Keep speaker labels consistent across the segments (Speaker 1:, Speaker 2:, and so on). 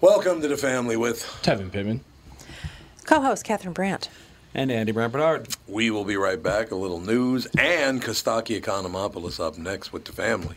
Speaker 1: Welcome to the family with.
Speaker 2: Tevin Pittman
Speaker 3: Co-host Catherine Brandt.
Speaker 2: and Andy Brant Bernard.
Speaker 1: We will be right back. A little news and Kostaki Economopoulos up next with the family.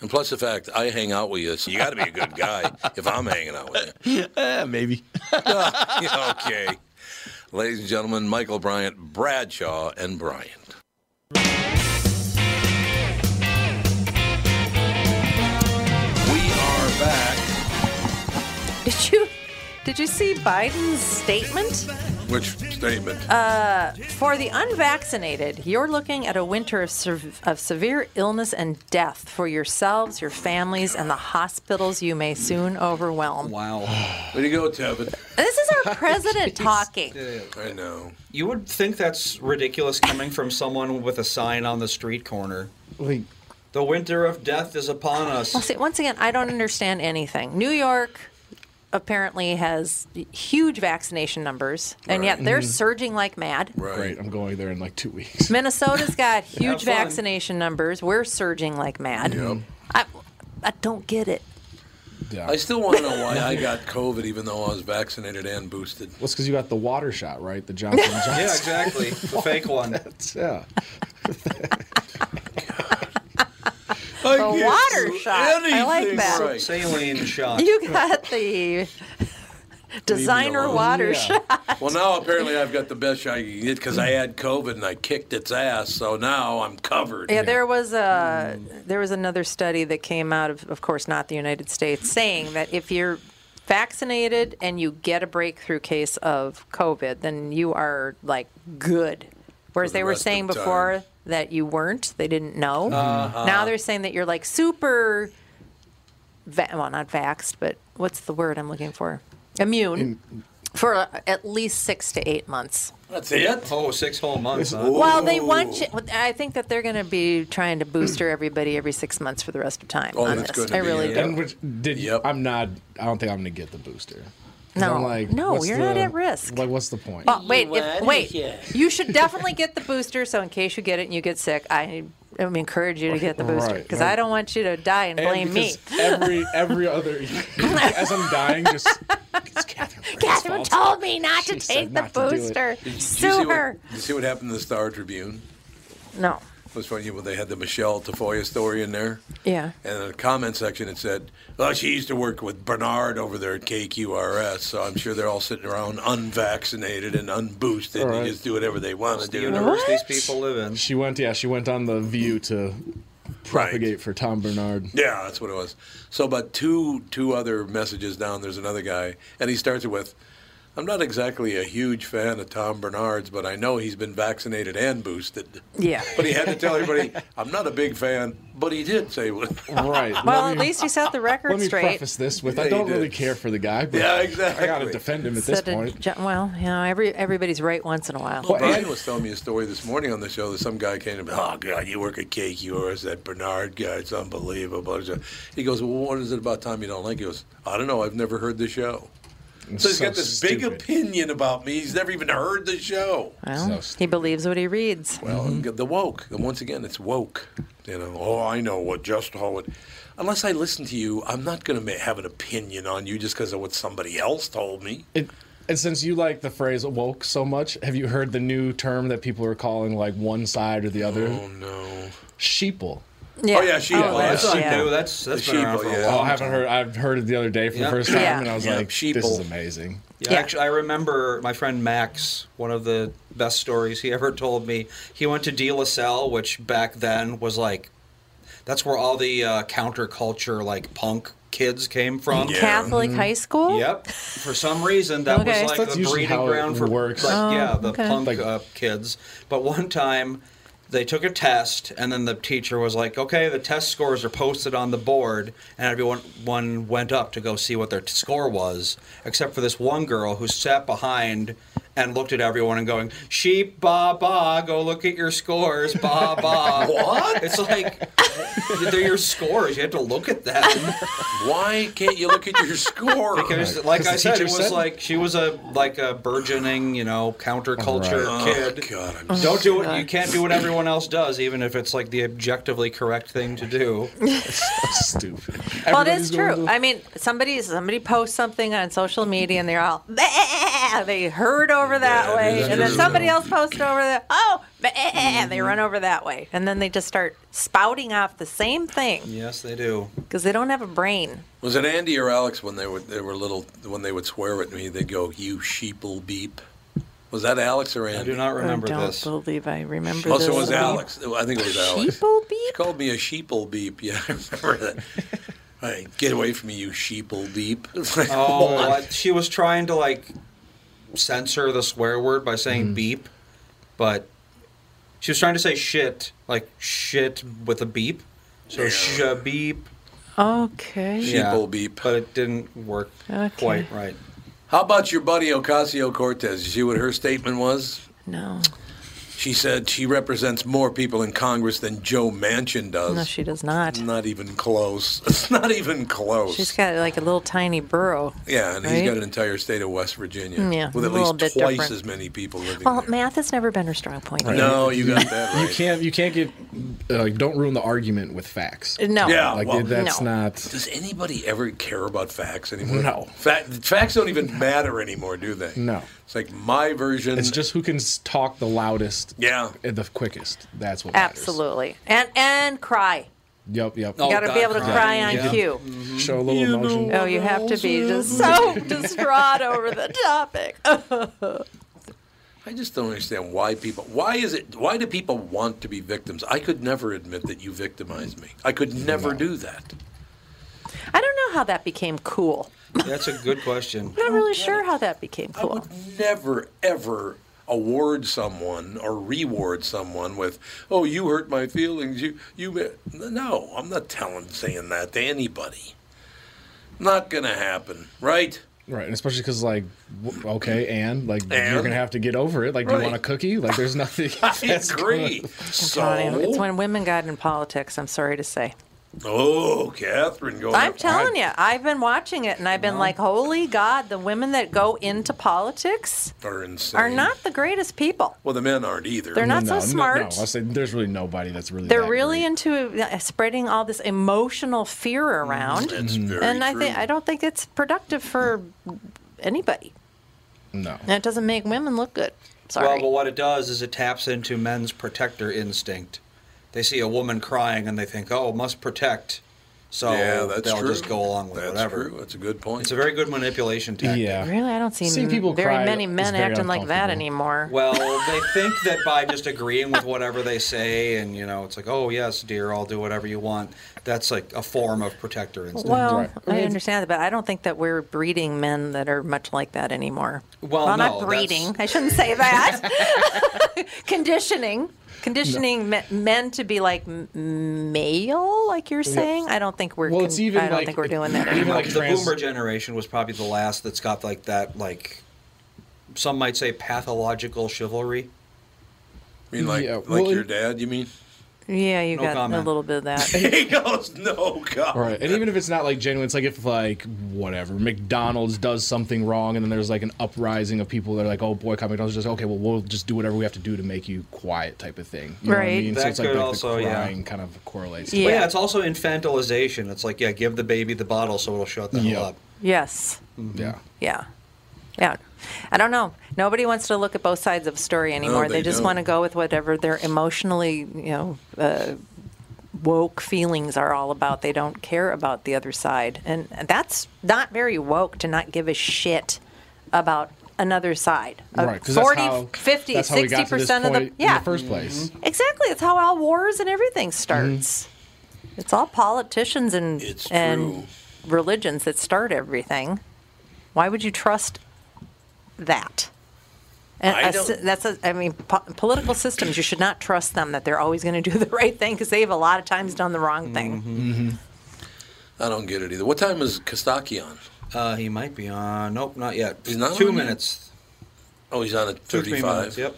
Speaker 1: And plus the fact I hang out with you, so you got to be a good guy if I'm hanging out with you.
Speaker 2: Eh, maybe.
Speaker 1: Yeah, okay, ladies and gentlemen, Michael Bryant, Bradshaw, and Bryant. We are back.
Speaker 3: Did you did you see Biden's statement?
Speaker 1: Which statement?
Speaker 3: For the unvaccinated, you're looking at a winter of, sev- of severe illness and death for yourselves, your families, and the hospitals you may soon overwhelm.
Speaker 4: Wow.
Speaker 1: Where do you go, Tevin?
Speaker 3: This is our president talking.
Speaker 1: I know.
Speaker 4: You would think that's ridiculous coming from someone with a sign on the street corner.
Speaker 2: Wait.
Speaker 4: The winter of death is upon
Speaker 3: Well,
Speaker 4: us.
Speaker 3: see, once again, I don't understand anything. New York apparently has huge vaccination numbers, and yet they're surging like mad.
Speaker 1: Right.
Speaker 2: I'm going there in like two weeks.
Speaker 3: Minnesota's got huge
Speaker 4: fun.
Speaker 3: vaccination numbers. We're surging like mad. I, I don't get it.
Speaker 1: I still want to know why I got COVID even though I was vaccinated and boosted.
Speaker 5: Well, it's because you got the water shot, right? The Johnson Johnson.
Speaker 4: Yeah, exactly. The fake one.
Speaker 5: yeah.
Speaker 1: I
Speaker 3: The
Speaker 1: can't
Speaker 3: water
Speaker 1: do
Speaker 3: shot. I like
Speaker 1: anything
Speaker 3: that.
Speaker 1: right.
Speaker 4: Saline shot.
Speaker 3: You got the designer
Speaker 1: alone.
Speaker 3: water shot.
Speaker 1: Well, now apparently I've got the best shot you can get because I had COVID and I kicked its ass, so now I'm covered.
Speaker 3: Yeah, there was a
Speaker 1: Hmm.
Speaker 3: there was another study that came out of, of course, not the United States, saying that if you're vaccinated and you get a breakthrough case of COVID, then you are like good. Whereas
Speaker 1: For the
Speaker 3: they were
Speaker 1: rest
Speaker 3: saying
Speaker 1: of time. Uh-huh.
Speaker 3: before that you weren't, they didn't know. Now they're saying that you're like super, va- well, not vaxxed, but what's the word I'm looking for? Immune. for at least six to eight months.
Speaker 1: That's it.
Speaker 4: Oh, six whole months. Huh?
Speaker 3: Well, they want you. I think that they're going to be trying to booster everybody every six months for the rest of time
Speaker 1: Oh,
Speaker 3: on
Speaker 1: that's
Speaker 3: this.
Speaker 1: gonna
Speaker 3: I
Speaker 1: be-
Speaker 3: really
Speaker 1: yeah.
Speaker 3: do.
Speaker 5: And which did
Speaker 1: Yep.
Speaker 5: I'm not. I don't think I'm gonna get the booster. 'Cause
Speaker 3: No.
Speaker 5: I'm like,
Speaker 3: No,
Speaker 5: what's
Speaker 3: you're
Speaker 5: the-
Speaker 3: not at risk.
Speaker 5: Like, what's the point?
Speaker 3: But wait, if, wait, you should definitely get the booster. So in case you get it and you get sick, I. I would encourage you to get the booster
Speaker 5: Right,
Speaker 3: because
Speaker 5: right.
Speaker 3: I don't want you to die and,
Speaker 5: And
Speaker 3: blame me.
Speaker 5: because Every every other as I'm dying, just it's Catherine. Brand's
Speaker 3: Catherine
Speaker 5: fault.
Speaker 3: told me not to
Speaker 5: She said
Speaker 3: take the
Speaker 5: not to do it.
Speaker 3: booster.
Speaker 1: Did you see
Speaker 3: Sue
Speaker 1: what,
Speaker 3: her.
Speaker 1: did you see what happened to the Star Tribune?
Speaker 3: No.
Speaker 1: It was funny when they had the Michelle Tafoya story in there.
Speaker 3: Yeah.
Speaker 1: And in the comment section, it said, "Well, she used to work with Bernard over there at KQRS, so I'm sure they're all sitting around unvaccinated and unboosted, and
Speaker 5: Right.
Speaker 1: they just do whatever they want to
Speaker 4: The
Speaker 1: do."
Speaker 4: universe these people live in.
Speaker 5: She went. Yeah, she went on the View to propagate for Tom Bernard.
Speaker 1: Yeah, that's what it was. So about two two other messages down, there's another guy, and he starts it with, "I'm not exactly a huge fan of Tom Bernard's, but I know he's been vaccinated and boosted."
Speaker 3: Yeah.
Speaker 1: But he had to tell everybody, "I'm not a big fan," but he did say, what-
Speaker 5: Right. let
Speaker 3: Well,
Speaker 5: me-
Speaker 3: at least you set the record
Speaker 5: Let me
Speaker 3: straight.
Speaker 5: preface this with
Speaker 1: Yeah,
Speaker 5: I
Speaker 1: you
Speaker 5: don't
Speaker 1: did.
Speaker 5: really care for the guy, but
Speaker 1: Yeah,
Speaker 5: I gotta
Speaker 1: exactly.
Speaker 5: defend him at this
Speaker 3: Said a
Speaker 5: point.
Speaker 3: gen- well, you know, every everybody's right once in a while.
Speaker 5: Well,
Speaker 1: Brian
Speaker 5: and-
Speaker 1: was telling me a story this morning on the show that some guy came to me, oh, God, you work at KQRS, that Bernard guy, it's unbelievable. He goes, well, what is it about Tom you don't like? He goes, I don't know, I've never heard the show. So he's
Speaker 5: so
Speaker 1: got this big
Speaker 5: stupid.
Speaker 1: opinion about me. He's never even heard the show.
Speaker 3: Well,
Speaker 5: So
Speaker 3: he believes what he reads.
Speaker 1: Well, the woke. And once again, it's woke. You know, oh, I know what, just how it. Unless I listen to you, I'm not going to have an opinion on you just because of what somebody else told me.
Speaker 5: It- and since you like the phrase woke so much, have you heard the new term that people are calling like one side or the other?
Speaker 1: Oh, no.
Speaker 5: Sheeple.
Speaker 3: Yeah.
Speaker 1: Oh, yeah, she- oh,
Speaker 4: That's
Speaker 1: that's
Speaker 4: not
Speaker 3: yeah.
Speaker 4: new. That's that's
Speaker 1: The
Speaker 4: been around
Speaker 1: sheeple,
Speaker 4: for a
Speaker 1: yeah.
Speaker 5: Oh,
Speaker 4: while.
Speaker 5: I haven't heard. I've heard it the other day for the
Speaker 4: Yeah.
Speaker 5: first time,
Speaker 3: Yeah.
Speaker 5: and I was
Speaker 1: Yeah,
Speaker 5: like, "This is
Speaker 1: sheeple.
Speaker 5: amazing."
Speaker 4: Yeah,
Speaker 3: Yeah.
Speaker 4: Actually, I remember my friend Max, one of the best stories he ever told me. He went to De La Salle, which back then was like, that's where all the uh, counterculture, like punk kids came from.
Speaker 1: Yeah. Mm-hmm.
Speaker 3: Catholic high school.
Speaker 4: Yep. For some reason, that
Speaker 3: Okay. Oh,
Speaker 4: was like
Speaker 5: That's
Speaker 4: the
Speaker 5: usually
Speaker 4: breeding
Speaker 5: how it
Speaker 4: ground for
Speaker 5: works.
Speaker 4: Like, yeah, the
Speaker 3: okay.
Speaker 4: punk
Speaker 5: Like-
Speaker 4: uh, kids. But one time, they took a test, and then the teacher was like, "Okay, the test scores are posted on the board," and everyone one went up to go see what their t- score was, except for this one girl who sat behind. And looked at everyone and going, sheep, ba, ba, go look at your scores, ba, ba. what? It's like, they're your scores. You have to look at them.
Speaker 1: Why can't you look at your score?
Speaker 4: Because, like I
Speaker 5: the
Speaker 4: said, it
Speaker 5: teacher
Speaker 4: was
Speaker 5: said-
Speaker 4: like she was a like a burgeoning, you know, counterculture
Speaker 1: oh,
Speaker 4: kid.
Speaker 1: God, I'm
Speaker 4: Don't do
Speaker 3: Oh,
Speaker 4: it. You can't do what everyone else does, even if it's like the objectively correct thing to do.
Speaker 5: Stupid.
Speaker 3: Well, it
Speaker 5: Everybody's
Speaker 3: is
Speaker 5: going
Speaker 3: true.
Speaker 5: to-
Speaker 3: I mean, somebody somebody posts something on social media, and they're all "Bah!" they herd over that
Speaker 1: Yeah,
Speaker 3: way,
Speaker 1: that's
Speaker 3: and then
Speaker 1: true. Mm-hmm.
Speaker 3: somebody else posts over that. Oh, bah!" they run over that way, and then they just start spouting off the same thing
Speaker 4: Yes, they do.
Speaker 3: because they don't have a brain.
Speaker 1: Was it Andy or Alex when they were they were little when they would swear at me? They'd go, "You sheeple beep." Was that Alex or
Speaker 4: I
Speaker 1: Andy?
Speaker 4: do not remember
Speaker 3: I don't
Speaker 4: this.
Speaker 3: believe I remember.
Speaker 1: Also, it
Speaker 3: this.
Speaker 1: was Alex. I think it was Alex.
Speaker 3: Sheeple
Speaker 1: She
Speaker 3: beep.
Speaker 1: called me a sheeple beep. Yeah, I remember that. Hey, get away from me, you sheeple beep. It's like,
Speaker 4: Oh,
Speaker 1: what?
Speaker 4: I- she was trying to like censor the swear word by saying beep, but she was trying to say shit, like shit with a beep. So sh uh, beep,
Speaker 3: Okay.
Speaker 4: yeah,
Speaker 1: Sheeple beep.
Speaker 4: but it didn't work
Speaker 3: Okay.
Speaker 4: quite right.
Speaker 1: How about your buddy Ocasio Cortez? You see what her statement was?
Speaker 3: No,
Speaker 1: She said she represents more people in Congress than Joe Manchin does.
Speaker 3: no, she does not.
Speaker 1: not even close. It's not even close.
Speaker 3: She's got like a little tiny burrow.
Speaker 1: Yeah, and
Speaker 3: Right? Mm,
Speaker 1: he's got an entire state of West Virginia
Speaker 3: yeah,
Speaker 1: with
Speaker 3: a
Speaker 1: at
Speaker 3: little
Speaker 1: least
Speaker 3: bit
Speaker 1: twice
Speaker 3: different.
Speaker 1: as many people living
Speaker 3: Well,
Speaker 1: there.
Speaker 3: math has never been her strong point.
Speaker 1: No, you got that right.
Speaker 5: You can't. You can't get. Uh, don't ruin the argument with facts.
Speaker 3: No.
Speaker 1: Yeah.
Speaker 5: Like
Speaker 1: well,
Speaker 5: that's
Speaker 3: no.
Speaker 5: not.
Speaker 1: Does anybody ever care about facts anymore?
Speaker 5: No.
Speaker 1: Fa- facts don't even matter anymore, do they?
Speaker 5: No.
Speaker 1: It's like my version.
Speaker 5: It's just who can s- talk the loudest.
Speaker 1: Yeah.
Speaker 5: And the quickest. That's what. matters.
Speaker 3: Absolutely. And and cry.
Speaker 5: Yep. Yep.
Speaker 4: Oh,
Speaker 3: You got to
Speaker 4: God,
Speaker 3: be able to cry
Speaker 4: crying,
Speaker 3: on
Speaker 4: yeah.
Speaker 3: cue.
Speaker 5: Show a little emotion.
Speaker 3: Oh, you have to be just so distraught over the topic. Oh,
Speaker 1: I just don't understand why people. Why is it? Why do people want to be victims? I could never admit that you victimized me. I could never do that.
Speaker 3: I don't know how that became cool.
Speaker 4: That's a good question.
Speaker 3: I'm not really sure how that became
Speaker 1: I
Speaker 3: cool.
Speaker 1: would never ever award someone or reward someone with, "Oh, you hurt my feelings." You, you. ma-" No, I'm not telling, saying that to anybody. Not gonna happen, right?
Speaker 5: Right, and especially because like, w- okay, and like you're
Speaker 1: And?
Speaker 5: gonna have to get over it. Like, do
Speaker 1: Right.
Speaker 5: you want a cookie? Like, there's nothing.
Speaker 1: I agree.
Speaker 3: God, it's
Speaker 1: So,
Speaker 3: when women got in politics. I'm sorry to say.
Speaker 1: oh, Catherine, going.
Speaker 3: I'm
Speaker 1: up-
Speaker 3: telling
Speaker 1: I-
Speaker 3: you, I've been watching it and I've been like, holy God, the women that go into politics
Speaker 1: are insane.
Speaker 3: are not the greatest people.
Speaker 1: Well, the men aren't either.
Speaker 3: They're not
Speaker 5: No,
Speaker 3: so
Speaker 5: no,
Speaker 3: smart.
Speaker 5: No, I say there's really nobody that's really.
Speaker 3: They're
Speaker 5: that
Speaker 3: really
Speaker 5: great.
Speaker 3: into uh, spreading all this emotional fear
Speaker 5: Mm-hmm.
Speaker 3: around.
Speaker 1: That's
Speaker 2: Mm-hmm.
Speaker 1: very
Speaker 3: and I think
Speaker 1: true.
Speaker 3: I don't think it's productive for anybody.
Speaker 5: no.
Speaker 3: And it doesn't make women look good.
Speaker 2: Well,
Speaker 3: Sorry.
Speaker 2: but what it does is it taps into men's protector instinct. They see a woman crying and they think, "Oh, must protect," so
Speaker 1: yeah, that's
Speaker 2: they'll
Speaker 1: true.
Speaker 2: just go along with
Speaker 1: that's
Speaker 2: whatever.
Speaker 1: True. That's a good point.
Speaker 2: It's a very good manipulation tactic.
Speaker 5: Yeah.
Speaker 3: really, I don't see,
Speaker 5: Seeing people
Speaker 3: very
Speaker 5: cry
Speaker 3: many
Speaker 5: is
Speaker 3: men
Speaker 5: very
Speaker 3: acting like that
Speaker 5: uncomfortable.
Speaker 3: anymore.
Speaker 2: Well, they think that by just agreeing with whatever they say, and you know, it's like, "Oh yes, dear, I'll do whatever you want." That's like a form of protector instinct.
Speaker 3: Well,
Speaker 5: Right.
Speaker 3: I understand that, but I don't think that we're breeding men that are much like that anymore.
Speaker 2: Well,
Speaker 3: not
Speaker 2: no,
Speaker 3: breeding.
Speaker 2: that's-
Speaker 3: I shouldn't say that. conditioning, conditioning me- men to be like m- male, like you're saying. I don't think we're.
Speaker 5: Well, it's
Speaker 3: con-
Speaker 5: even
Speaker 3: I don't
Speaker 5: like-
Speaker 3: think we're doing that.
Speaker 5: even
Speaker 3: Anymore.
Speaker 5: like
Speaker 2: the
Speaker 5: trans-
Speaker 2: boomer generation was probably the last that's got like that, like some might say, pathological chivalry.
Speaker 1: I mean, like,
Speaker 5: Yeah,
Speaker 1: like
Speaker 5: well,
Speaker 1: your
Speaker 5: it-
Speaker 1: dad, you mean?
Speaker 3: yeah, you
Speaker 2: No
Speaker 3: got a
Speaker 2: comment.
Speaker 3: little bit of that.
Speaker 1: He goes, no, God.
Speaker 5: All right, and even if it's not like genuine, it's like if like whatever McDonald's does something wrong, and then there's like an uprising of people that are like, "Oh, boycott McDonald's." Just okay, well, we'll just do whatever we have to do to make you quiet, type of thing. You know what I
Speaker 3: Right.
Speaker 5: mean?
Speaker 2: That
Speaker 5: so it's like,
Speaker 2: could
Speaker 5: like
Speaker 2: also,
Speaker 5: the
Speaker 2: yeah.
Speaker 5: crying kind of correlates.
Speaker 3: Yeah.
Speaker 2: But yeah, it's also infantilization. It's like, yeah, give the baby the bottle so it'll shut the
Speaker 5: Yeah.
Speaker 2: hell up.
Speaker 3: Yes.
Speaker 5: Yeah.
Speaker 3: Yeah. Yeah. I don't know. Nobody wants to look at both sides of a story anymore.
Speaker 1: they
Speaker 3: they, just
Speaker 1: don't.
Speaker 3: want to go with whatever their emotionally, you know, uh, woke feelings are all about. They don't care about the other side. And that's not very woke to not give a shit about another side. Uh,
Speaker 5: Right, 'cause
Speaker 3: 40,
Speaker 5: that's how,
Speaker 3: 50,
Speaker 5: that's how
Speaker 3: 60%
Speaker 5: we got to this
Speaker 3: of
Speaker 5: point
Speaker 3: the yeah.
Speaker 5: in the first place.
Speaker 2: Mm-hmm.
Speaker 3: Exactly. It's how all wars and everything starts. Mm. It's all politicians and
Speaker 1: It's true.
Speaker 3: and religions that start everything. Why would you trust that? And
Speaker 1: I
Speaker 3: a sy-
Speaker 1: don't-
Speaker 3: that's a, I mean, po- political systems. You should not trust them that they're always going to do the right thing because they've a lot of times done the wrong thing.
Speaker 1: I don't get it either. What time is Kostaki on?
Speaker 2: Uh, he might be on. Nope, not yet.
Speaker 1: He's not
Speaker 2: Two
Speaker 1: on yet?
Speaker 2: minutes.
Speaker 1: Oh, he's on at
Speaker 2: Two, three
Speaker 1: 35.
Speaker 2: minutes. Yep.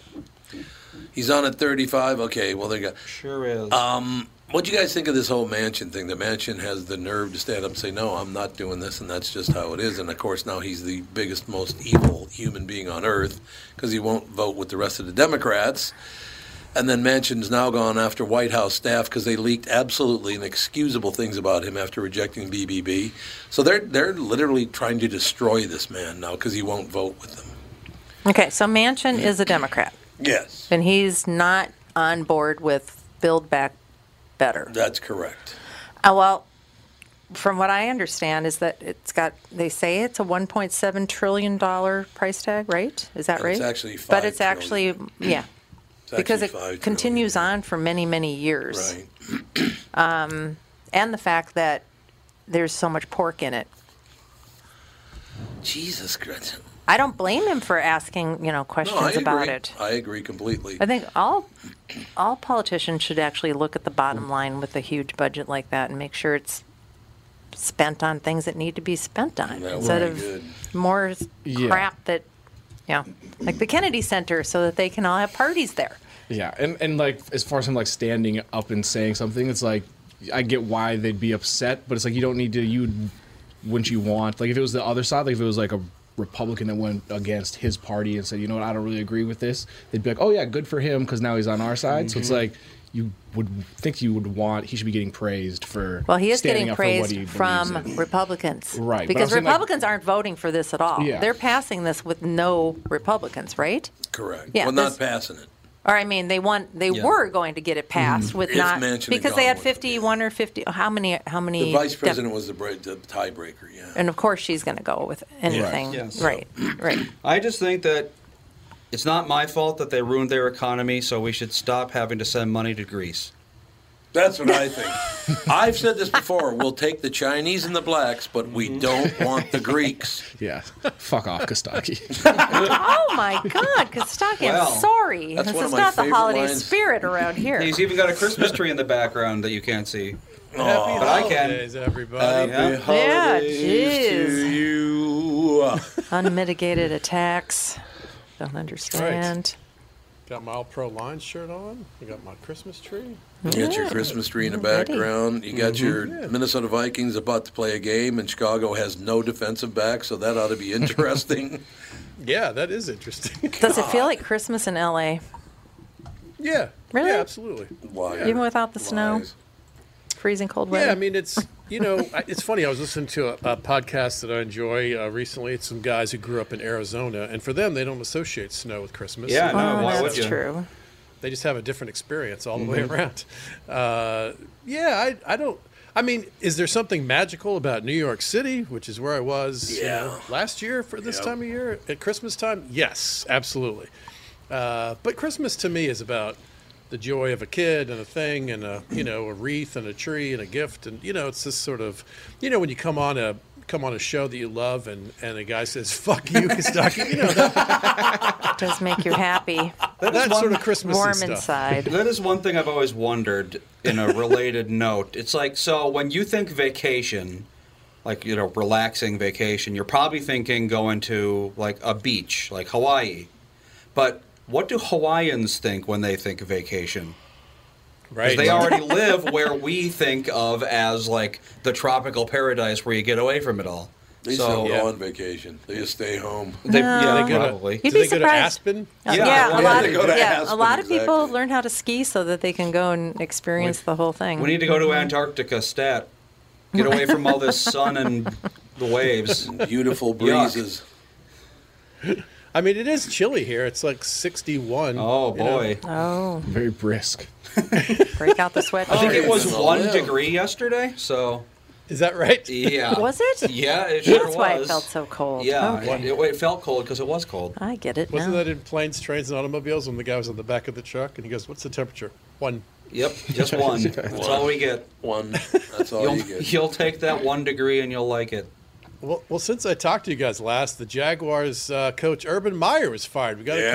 Speaker 1: He's on at 35. Okay, well, there you go.
Speaker 2: Sure is.
Speaker 1: Um, What do you guys think of this whole mansion thing? The mansion has the nerve to stand up and say, "No, I'm not doing this," and that's just how it is. And of course, now he's the biggest, most evil human being on earth because he won't vote with the rest of the Democrats. And then Manchin's now gone after White House staff because they leaked absolutely inexcusable things about him after rejecting BBB. So they're they're literally trying to destroy this man now because he won't vote with them. Mm-hmm.
Speaker 3: Okay, so Manchin is a Democrat,
Speaker 1: Yes,
Speaker 3: and he's not on board with Build Back Better.
Speaker 1: that's correct.
Speaker 3: Uh, well, from what I understand is that it's got. They say it's a 1.7 trillion dollar price tag, right? Is that
Speaker 1: And
Speaker 3: right?
Speaker 1: it's actually
Speaker 3: but
Speaker 1: five
Speaker 3: it's actually
Speaker 1: trillion.
Speaker 3: yeah,
Speaker 1: It's
Speaker 3: because
Speaker 1: actually
Speaker 3: it
Speaker 1: five trillion.
Speaker 3: continues on for many many years,
Speaker 1: Right.
Speaker 3: and the fact that there's so much pork in it.
Speaker 1: Jesus Christ.
Speaker 3: I don't blame him for asking you know
Speaker 1: No, I
Speaker 3: questions
Speaker 1: agree.
Speaker 3: about it.
Speaker 1: I agree completely.
Speaker 3: I think all all politicians should actually look at the bottom line with a huge budget like that and make sure it's spent on things that need to be spent on
Speaker 1: That would
Speaker 3: instead
Speaker 1: be
Speaker 3: of
Speaker 1: good.
Speaker 3: more s-
Speaker 5: Yeah.
Speaker 3: crap that yeah like the Kennedy Center so that they can all have parties there.
Speaker 5: Yeah, and and like as far as him like standing up and saying something, it's like I get why they'd be upset, but it's like you don't need to. You wouldn't you want like if it was the other side, like if it was like a Republican that went against his party and said, you know what, I don't really agree with this, they'd be like, oh yeah, good for him because now he's on our side. So it's
Speaker 4: Mm-hmm.
Speaker 5: like you would think you would want he should be getting praised for
Speaker 3: Well, he is
Speaker 5: standing
Speaker 3: getting
Speaker 5: up for what
Speaker 3: praised
Speaker 5: he
Speaker 3: from
Speaker 5: believes in.
Speaker 3: Republicans.
Speaker 5: Right, but I'm
Speaker 3: Because
Speaker 5: saying, like-
Speaker 3: Republicans aren't voting for this at all.
Speaker 5: Yeah.
Speaker 3: They're passing this with no Republicans, right?
Speaker 1: Correct.
Speaker 3: Yeah,
Speaker 1: well, not
Speaker 3: this-
Speaker 1: passing it.
Speaker 3: Or I mean, they want they
Speaker 2: Yeah.
Speaker 3: were going to get it passed with
Speaker 1: Mm-hmm. If
Speaker 3: not
Speaker 1: Manchin had
Speaker 3: because
Speaker 1: gone
Speaker 3: they had
Speaker 1: with it, yeah.
Speaker 3: 51 or 50 how many how many
Speaker 1: The vice
Speaker 3: Dem-
Speaker 1: president was the, bra- the tiebreaker. Yeah.
Speaker 3: and of course she's going to go with anything.
Speaker 2: Yes.
Speaker 3: Right. Right.
Speaker 2: I just think that it's not my fault that they ruined their economy, so we should stop having to send money to Greece.
Speaker 1: That's what I think. I've said this before. We'll take the Chinese and the blacks, but we don't want the Greeks.
Speaker 5: yeah, fuck off, Kostaki.
Speaker 3: Oh my God, Kostaki,
Speaker 2: Well,
Speaker 3: I'm sorry.
Speaker 1: that's
Speaker 3: This
Speaker 1: one of
Speaker 3: is
Speaker 1: my
Speaker 3: not the
Speaker 1: favorite
Speaker 3: holiday
Speaker 1: lines.
Speaker 3: spirit around here.
Speaker 2: He's even got a Christmas tree in the background that you can't see.
Speaker 1: Aw.
Speaker 2: But I can.
Speaker 4: Holidays, everybody.
Speaker 2: Yeah.
Speaker 1: Happy holidays
Speaker 3: jeez.
Speaker 1: to you. Wow.
Speaker 3: Unmitigated attacks. Don't understand.
Speaker 4: Got my All Pro Lines shirt on. I got my Christmas tree.
Speaker 1: You got your Christmas tree
Speaker 3: Mm-hmm.
Speaker 1: in the background. You got your Minnesota Vikings about to play a game, and Chicago has no defensive back, so that ought to be interesting.
Speaker 4: Yeah, that is interesting.
Speaker 3: Does it feel like Christmas in LA?
Speaker 4: yeah.
Speaker 3: Really?
Speaker 4: Yeah, absolutely.
Speaker 1: Liar.
Speaker 3: Even without the snow?
Speaker 1: Lies.
Speaker 3: Freezing cold weather.
Speaker 4: Yeah, I mean, it's, you know, I- it's funny. I was listening to a, a podcast that I enjoy uh, recently. It's some guys who grew up in Arizona, and for them, they don't associate snow with Christmas.
Speaker 2: Yeah,
Speaker 4: So
Speaker 2: no,
Speaker 3: Oh,
Speaker 2: why
Speaker 3: that's
Speaker 2: would you?
Speaker 3: true.
Speaker 4: they just have a different experience all the way around. Uh, yeah, I, I don't. I mean, is there something magical about New York City, which is where I was you know, last year for this
Speaker 1: Yep.
Speaker 4: time of year at Christmas time? Yes, absolutely. Uh, but Christmas to me is about the joy of a kid and a thing and a you know a wreath and a tree and a gift and you know it's this sort of you know when you come on a come on a show that you love and and a guy says fuck you Kostaki, you know that,
Speaker 3: It does make you happy.
Speaker 4: that sort of Christmas
Speaker 3: Warm
Speaker 4: stuff.
Speaker 3: inside.
Speaker 2: That is one thing I've always wondered in a related note. It's like, so when you think vacation, like, you know, relaxing vacation, you're probably thinking going to like a beach, like Hawaii. But what do Hawaiians think when they think of vacation? 'Cause
Speaker 4: right
Speaker 2: They already live where we think of as like the tropical paradise where you get away from it all.
Speaker 1: They just
Speaker 2: so
Speaker 1: don't
Speaker 4: yeah.
Speaker 1: go on vacation. They just stay home.
Speaker 2: they, yeah,
Speaker 4: They go to-
Speaker 2: probably.
Speaker 3: You'd be
Speaker 4: Do they go to
Speaker 3: surprised.
Speaker 4: Aspen?
Speaker 3: Yeah,
Speaker 2: Yeah,
Speaker 3: a lot
Speaker 1: they
Speaker 3: of,
Speaker 1: go to
Speaker 3: yeah, a
Speaker 1: Aspen,
Speaker 3: lot of people
Speaker 1: exactly.
Speaker 3: learn how to ski so that they can go and experience the whole thing.
Speaker 2: We need to go to Antarctica, stat. Get away from all this sun and the waves.
Speaker 1: Beautiful breezes.
Speaker 4: I mean, it is chilly here. It's like 61.
Speaker 2: Oh
Speaker 4: you know?
Speaker 2: boy.
Speaker 3: oh,
Speaker 5: Very brisk.
Speaker 3: break out the sweatshirt.
Speaker 2: I think it was
Speaker 1: Yeah.
Speaker 2: one
Speaker 1: Yeah.
Speaker 2: degree yesterday, so
Speaker 4: Is that right?
Speaker 2: yeah.
Speaker 3: Oh, Was it?
Speaker 2: Yeah, it sure
Speaker 3: That's
Speaker 2: was.
Speaker 3: why it felt so cold.
Speaker 2: Yeah,
Speaker 3: Okay.
Speaker 2: it, it, it felt cold because it was cold.
Speaker 3: I get it
Speaker 4: Wasn't
Speaker 3: now.
Speaker 4: that in planes, trains, and automobiles when the guy was on the back of the truck and he goes, What's the temperature? One.
Speaker 2: Yep, just one. That's all we get.
Speaker 1: One. That's all
Speaker 2: You'll,
Speaker 1: you get.
Speaker 2: you'll take that one degree and you'll like it.
Speaker 4: Well, well, since I talked to you guys last, the Jaguars uh, coach Urban Meyer was fired. We got to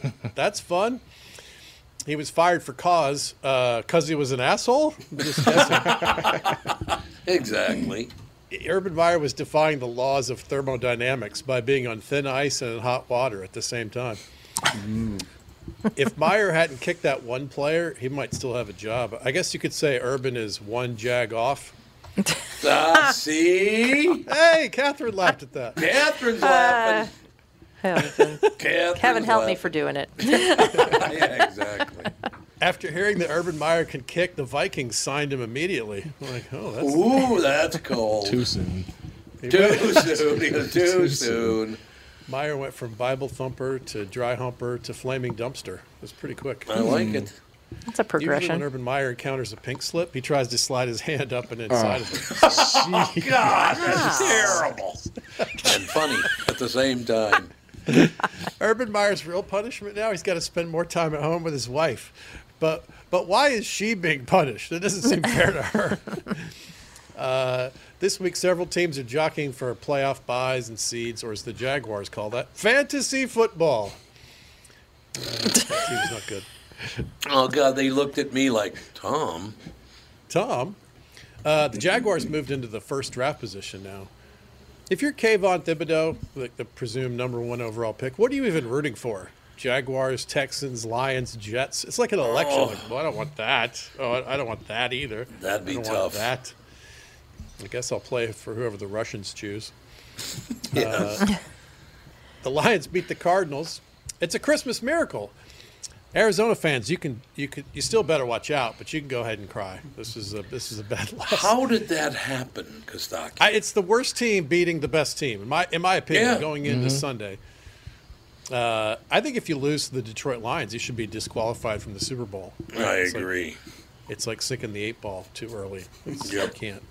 Speaker 4: cover that. That's fun. He was fired for cause because he was an asshole. I'm just guessing.
Speaker 1: Exactly.
Speaker 4: Urban Meyer was defying the laws of thermodynamics by being on thin ice and in hot water at the same time. if Meyer hadn't kicked that one player, he might still have a job. I guess you could say Urban is one jag off.
Speaker 1: Ah, see?
Speaker 4: Hey, Catherine laughed at that.
Speaker 1: Catherine's laughing.
Speaker 3: Heaven,
Speaker 1: Catherine's
Speaker 3: Kevin help me for
Speaker 1: laughing.
Speaker 3: doing it.
Speaker 1: Yeah, exactly.
Speaker 4: After hearing that Urban Meyer can kick, the Vikings signed him immediately. I'm like, oh, that's
Speaker 1: Ooh, that's cold.
Speaker 5: Too soon.
Speaker 1: Too soon. He was Too soon.
Speaker 4: Meyer went from Bible thumper to dry humper to flaming dumpster. It was pretty quick.
Speaker 1: I like it.
Speaker 3: It's a
Speaker 4: Usually when
Speaker 3: progression.
Speaker 4: Urban Meyer encounters a pink slip, he tries to slide his hand up and inside of it.
Speaker 1: God, that's terrible. and funny at the same time.
Speaker 4: Urban Meyer's real punishment now. He's got to spend more time at home with his wife. But but why is she being punished? That doesn't seem fair to her. Uh, this week, several teams are jockeying for playoff buys and seeds, or as the Jaguars call that, fantasy football. Uh, that team's not good.
Speaker 1: Oh God, they looked at me like Tom.
Speaker 4: Tom, uh, the Jaguars moved into the first draft position now. If you're Kayvon Thibodeau, like the presumed number one overall pick, what are you even rooting for? Jaguars, Texans, Lions, Jets. It's like an election. Like, well, I don't want that. Oh, I I don't want that either.
Speaker 1: That'd be
Speaker 4: I don't
Speaker 1: tough.
Speaker 4: Want that. I guess I'll play for whoever the Russians choose. Uh, the Lions beat the Cardinals. It's a Christmas miracle. Arizona fans, you can you could you still better watch out, but you can go ahead and cry. This is a this is a bad loss.
Speaker 1: How did that happen, Kostaki?
Speaker 4: I, it's the worst team beating the best team, in my in my opinion,
Speaker 1: Yeah.
Speaker 4: going into Sunday. Uh, I think if you lose to the Detroit Lions, you should be disqualified from the Super Bowl.
Speaker 1: I
Speaker 4: It's like-
Speaker 1: agree.
Speaker 4: it's like sinking the eight ball too early. It's-
Speaker 1: Yep.
Speaker 4: You can't.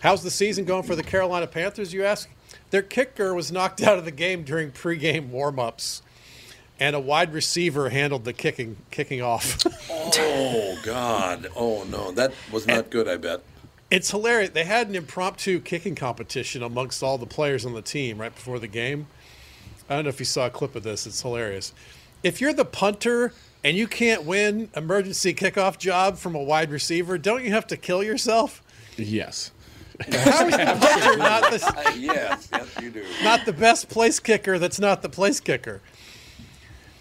Speaker 4: How's the season going for the Carolina Panthers? You ask. Their kicker was knocked out of the game during pregame warmups, and a wide receiver handled the kicking kicking off.
Speaker 1: Oh God. Oh no, that was not good. I bet.
Speaker 4: It's hilarious. They had an impromptu kicking competition amongst all the players on the team right before the game. I don't know if you saw a clip of this. It's hilarious. If you're the punter and you can't win emergency kickoff job from a wide receiver, don't you have to kill yourself?
Speaker 5: Yes.
Speaker 4: How is the punter not the,
Speaker 1: Uh, yes, yes, you do.
Speaker 4: not the best place kicker that's not the place kicker?